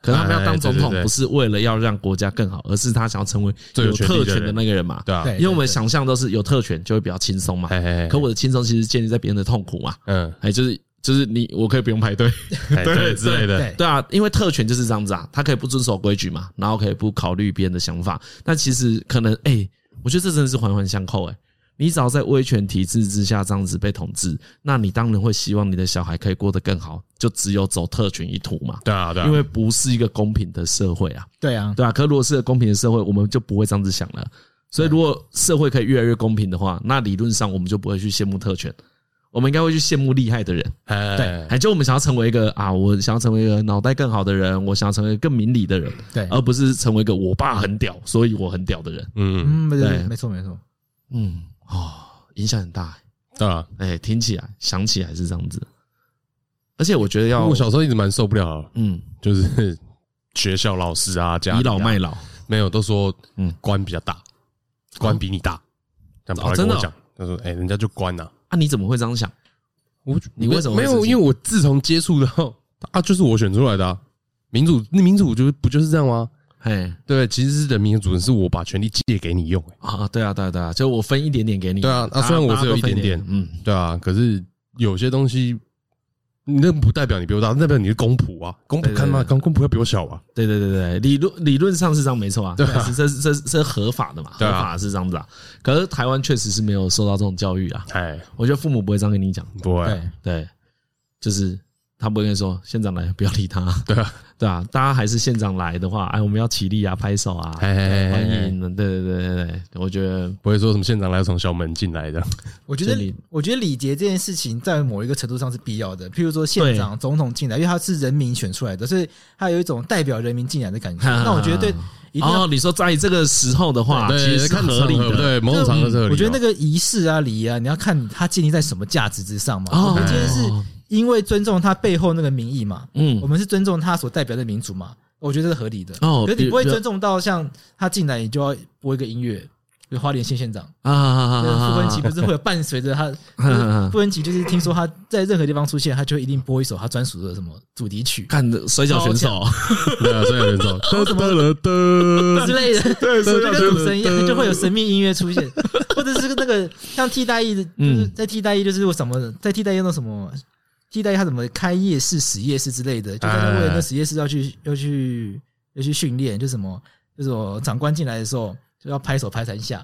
S2: 可是他们要当总
S4: 哎对
S2: 统
S4: 对对
S2: 不是为了要让国家更好，而是他想要成为
S4: 最有权利
S2: 特
S4: 的人
S2: 权的那个人嘛。
S4: 对啊，
S3: 对
S2: 因为我们想象都是有特权就会比较轻松嘛，
S4: 哎哎哎，
S2: 可我的轻松其实建立在别人的痛苦嘛，
S4: 嗯，
S2: 哎，就是就是你我可以不用排队，
S4: 哎对之类的，
S3: 对
S2: 对啊，因为特权就是这样子啊，他可以不遵守规矩嘛，然后可以不考虑别人的想法。那其实可能，哎、我觉得这真的是环环相扣、哎，你只要在威权体制之下这样子被统治，那你当然会希望你的小孩可以过得更好，就只有走特权一途嘛。
S4: 对啊对啊，
S2: 因为不是一个公平的社会啊，
S3: 对啊，
S2: 对啊。可如果是个公平的社会，我们就不会这样子想了。所以，如果社会可以越来越公平的话，那理论上我们就不会去羡慕特权，我们应该会去羡慕厉害的人。
S4: 哎
S3: 对
S4: 哎
S2: 哎，就我们想要成为一个啊，我想要成为一个脑袋更好的人，我想要成为一个更明理的人，
S3: 对，
S2: 而不是成为一个我爸很屌，所以我很屌的人。
S4: 嗯，
S3: 嗯，对对
S2: 对
S3: 对，没错没错。
S2: 嗯，哦，影响很大。
S4: 对啊。
S2: 哎，听起来、想起来是这样子，而且我觉得要
S4: 我小时候一直蛮受不了，
S2: 嗯
S4: 就是学校老师啊，家里啊
S2: 倚老卖老，
S4: 没有，都说
S2: 嗯
S4: 嗯官比较大，官比你大，这样跑
S2: 哦
S4: 来
S2: 真
S4: 跟
S2: 的
S4: 我
S2: 哦
S4: 讲，他说哎，人家就官呐，
S2: 啊，你怎么会这样想？
S4: 我
S2: 你为什么会
S4: 没有？
S2: 生气
S4: 因为我自从接触到 啊，就是我选出来的啊，民主那民主就是不就是这样吗？
S2: 嘿，
S4: 对，其实是人民的主人，是我把权力借给你用、欸
S2: 啊，对啊，对啊，对啊，就我分一点点给你。
S4: 对啊啊
S2: 大家
S4: 虽然我
S2: 大家
S4: 只有
S2: 都
S4: 一
S2: 分
S4: 点点
S2: 嗯，
S4: 对啊。可是有些东西，那不代表你比我大，那代表你是公仆啊，公
S2: 对
S4: 仆
S2: 对
S4: 看嘛，
S2: 对
S4: 公公仆要比我小啊，
S2: 对对对对，理论理论上是这样没错啊，
S4: 对啊
S2: 但是这是这是这是合法的嘛，合
S4: 对啊
S2: 法是这样子啊。可是台湾确实是没有受到这种教育啊，
S4: 哎，
S2: 我觉得父母不会这样跟你讲，
S4: 不会，
S3: 对，
S2: 对，就是他不会跟你说县长来不要理他，
S4: 对啊，
S2: 对啊，大家还是县长来的话，哎，我们要起立啊，拍手啊，
S4: 哎哎哎
S2: 欢
S4: 哎，
S2: 迎，对对对对对，我觉得
S4: 不会说什么县长来从小门进来的，
S3: 我觉
S2: 这里
S3: 得，我觉得礼节这件事情在某一个程度上是必要的。譬如说，县长、总统进来，因为他是人民选出来的，所以他有一种代表人民进来的感觉。那我觉得对，一定要
S2: 哦，你说在这个时候的话，其
S4: 对
S2: 实是
S4: 看
S2: 合理
S4: 场合
S2: 的，
S4: 对，某种场合是合理的。
S3: 我觉得那个仪式啊、礼仪啊，你要看他建立在什么价值之上嘛。
S2: 哦
S3: 我们今天是因为尊重他背后那个民意嘛，我
S2: 嗯，
S3: 们是尊重他所代表的民族嘛，我觉得是合理的。
S2: 哦
S3: 可是你不会
S2: 比如
S3: 尊重到像他进来，你就要播一个音乐，比如花莲县县长。
S2: 啊啊
S3: 就是傅
S2: 啊
S3: 昆奇不是会有伴随着他，就是傅昆奇就是听说他在任何地方出现，他就会一定播一首他专属的什么主题曲
S2: 看摔跤选手，
S4: 对啊，所以有人说，得得得
S3: 之类的，
S4: 对
S3: 就跟赌神一
S4: 对
S3: 样，就会有神秘音乐出现，或者是那个像替代役的，就是在替代役就是有什么在替代役那种什么。替代役他怎么开夜市、实夜市之类的，就大家为了那实夜市要去、要去、要去训练，就什么，就是我长官进来的时候就要拍手拍三下，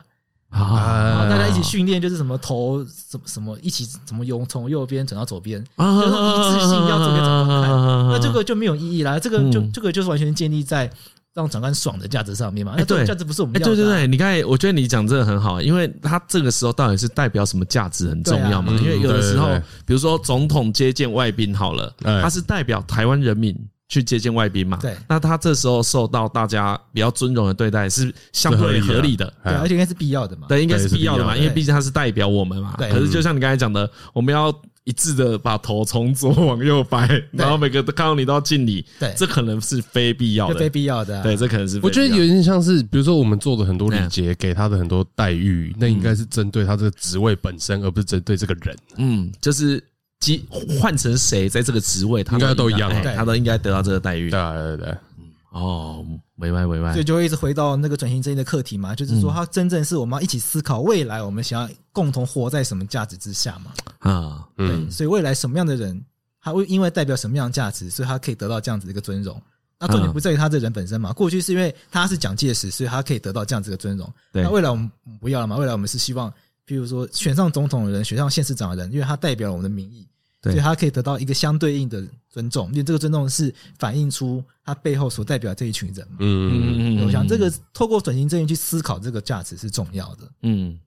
S3: 然啊后大家一起训练，就是什么头什么什么一起怎么由从右边转到左边，
S2: 啊，
S3: 就是一致性要做给长官看，那
S2: 那
S3: 这个就没有意义啦。这个就
S2: 嗯
S3: 这个就是完全建立在让长官爽的价值上面嘛。
S2: 哎
S3: 那这种
S2: 对
S3: 价值不是我们
S2: 哎，
S3: 要的啊。
S2: 对对对，你刚才我觉得你讲这个很好，因为他这个时候到底是代表什么价值很重要嘛？
S4: 对啊
S2: 因为有的时候
S4: 嗯对对对，
S2: 比如说总统接见外宾好了，
S4: 哎
S2: 他是代表台湾人民去接见外宾嘛？
S3: 对
S2: 那他这时候受到大家比较尊荣的对待是相对
S4: 是合
S2: 合
S4: 理的
S2: 理的。
S3: 对，
S4: 哎
S3: 而且应该是必要的嘛。
S2: 对，应该是必要的嘛，
S4: 对是
S2: 因
S4: 必要的
S2: 为毕竟他是代表我们嘛。
S3: 对
S2: 可是就像你刚才讲的，我们要一致的把头从左往右摆，然后每个都看到你都要敬礼。
S3: 对
S2: 这可能是非必要
S3: 就非
S2: 的。
S3: 必要的啊。
S2: 对，这可能是非必要的
S4: 我觉得有点像是，比如说我们做的很多礼节，给他的很多待遇，那应该是针对他这个职位本身，而不是针对这个人。
S2: 嗯，就是即换成谁在这个职位，他
S4: 应该都一样
S2: 哎
S3: 对
S2: 他都应该得到这个待遇
S4: 对。啊，对对对，
S2: 哦，明白明白
S3: 所以。就会一直回到那个转型正义的课题嘛，就是
S2: 嗯
S3: 说，它真正是我们要一起思考未来我们想要共同活在什么价值之下嘛。
S2: 啊，
S4: 嗯，
S3: 所以未来什么样的人，他会因为代表什么样的价值，所以他可以得到这样子的一个尊荣。那重
S2: 嗯
S3: 点不在于他这人本身嘛，过去是因为他是蒋介石，所以他可以得到这样子的尊荣。
S2: 对
S3: 那未来我们不要了嘛，未来我们是希望，比如说选上总统的人，选上县市长的人，因为他代表了我们的民意，
S2: 对
S3: 所以他可以得到一个相对应的尊重，因为这个尊重是反映出他背后所代表这一群人嘛。
S4: 嗯，
S2: 嗯
S3: 我想这个透过转型正义去思考这个价值是重要的。
S2: 嗯。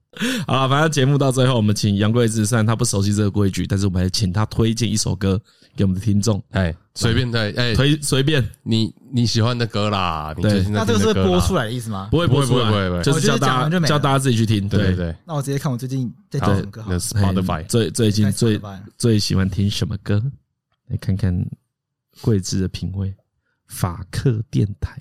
S2: 好了，反正节目到最后，我们请杨贵志，虽然他不熟悉这个规矩，但是我们还请他推荐一首歌给我们的听众，
S4: 哎，随便的，哎，
S2: 推随便，
S4: 你你喜欢的歌啦，你
S2: 对
S4: 最近
S3: 那这个是会
S4: 听的歌啦
S3: 播出来的意思吗？
S2: 不会
S4: 不
S2: 播
S4: 会
S2: 出来
S4: 不会不会
S2: 就是叫
S3: 我觉得讲
S2: 大
S3: 完
S2: 家
S3: 哦就没了
S2: 叫大家自己去听，
S4: 对
S2: 对
S4: 对对，
S3: 那我直接看我最近在听
S4: 好
S3: 什么歌好
S4: 那
S3: 了。
S4: Spotify
S2: 哎最最近
S3: 在
S2: 最
S3: Spotify
S2: 最喜欢听什么歌？来看看桂枝的品味。法克电台，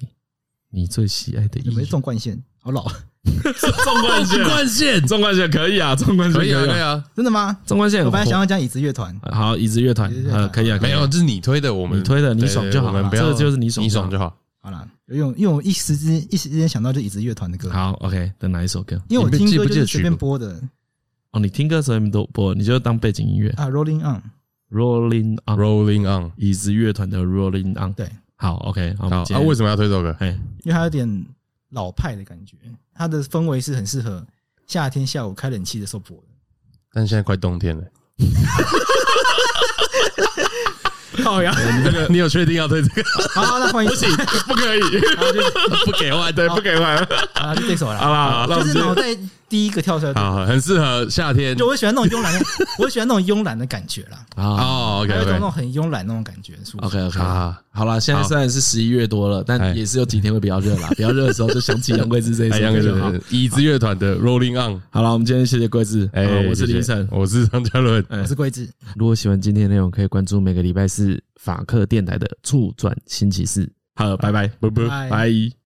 S2: 你最喜爱的
S3: 有
S2: 艺
S3: 没有
S2: 人？
S3: 纵贯线？好老，
S2: 纵贯线，纵贯线，纵贯线可以啊，纵贯线
S4: 可以啊，可以
S2: 啊，
S4: 啊，
S3: 真的吗？
S2: 纵贯线
S3: 我
S2: 很火。
S3: 本来想要讲椅子乐团，
S2: 好，椅子乐团
S3: 椅子，乐团
S2: 呃，可以啊，可以
S4: 没
S2: 啊
S4: 有，这是你推的，我们
S2: 你推的你
S4: 对对
S2: 爽就好
S4: 我们不要，
S2: 这个就是你爽
S4: 你
S2: 就好
S4: 爽就好。
S3: 好啦，因为我因为我一时之间一时之间想到这椅子乐团的歌，
S2: 好，OK，的哪一首歌？
S3: 因为我听
S4: 你
S3: 歌
S4: 不记
S3: 就
S4: 不记
S3: 是随
S4: 得曲目
S3: 便播的
S2: 哦，你听歌的时候你们都播，你就当背景音乐。
S3: 啊，Rolling On，
S2: Rolling on，
S4: Rolling on，
S2: 椅子乐团的 Rolling on。
S3: 对，
S2: 好，OK，好，我
S4: 好
S2: 们
S4: 啊，为
S2: 什
S4: 什么要推这首歌？
S2: 哎，
S3: 因为它有点老派的感觉，它的氛围是很适合夏天下午开冷气的时候播的。
S4: 但现在快冬天了，
S3: 好呀，
S4: 这 个你有确定要推这个？
S3: 好，那欢迎不行
S4: 不可以， 不给换，对，不给换。
S3: 啊，就这首
S4: 好
S3: 啦，
S4: 啦，那我
S3: 就
S4: 们
S3: 是
S4: 就
S3: 脑袋第一个跳出来的，
S4: 好，很适合夏天
S3: 就我喜欢那种慵懒的，我喜欢那种慵懒的感觉啦，
S2: 啊
S4: 哦。OK
S3: 有一种那
S4: OK
S3: 种很慵懒那种感觉，是不是？
S2: ，OK OK，
S4: 啊，
S2: 好啦，现在
S4: 好
S2: 虽然是十一月多了，
S4: 哎
S2: 但也是有几天会比较热 啦。比较热的时候就想起杨贵枝这一
S4: 哎，
S2: 首
S4: 杨
S2: 歌
S4: 哥
S2: 就好。
S4: 对，椅子乐团的 Rolling On。
S2: 好了，我们今天谢谢贵枝，
S4: 哎
S2: 好，我是
S4: 谢谢
S2: 凌晨。
S4: 我是张嘉伦，
S3: 我是桂枝，
S2: 如果喜欢今天的内容，可以关注每个礼拜四法克电台的触转星期四。好，拜拜，
S4: 拜拜。
S3: 拜
S2: 拜。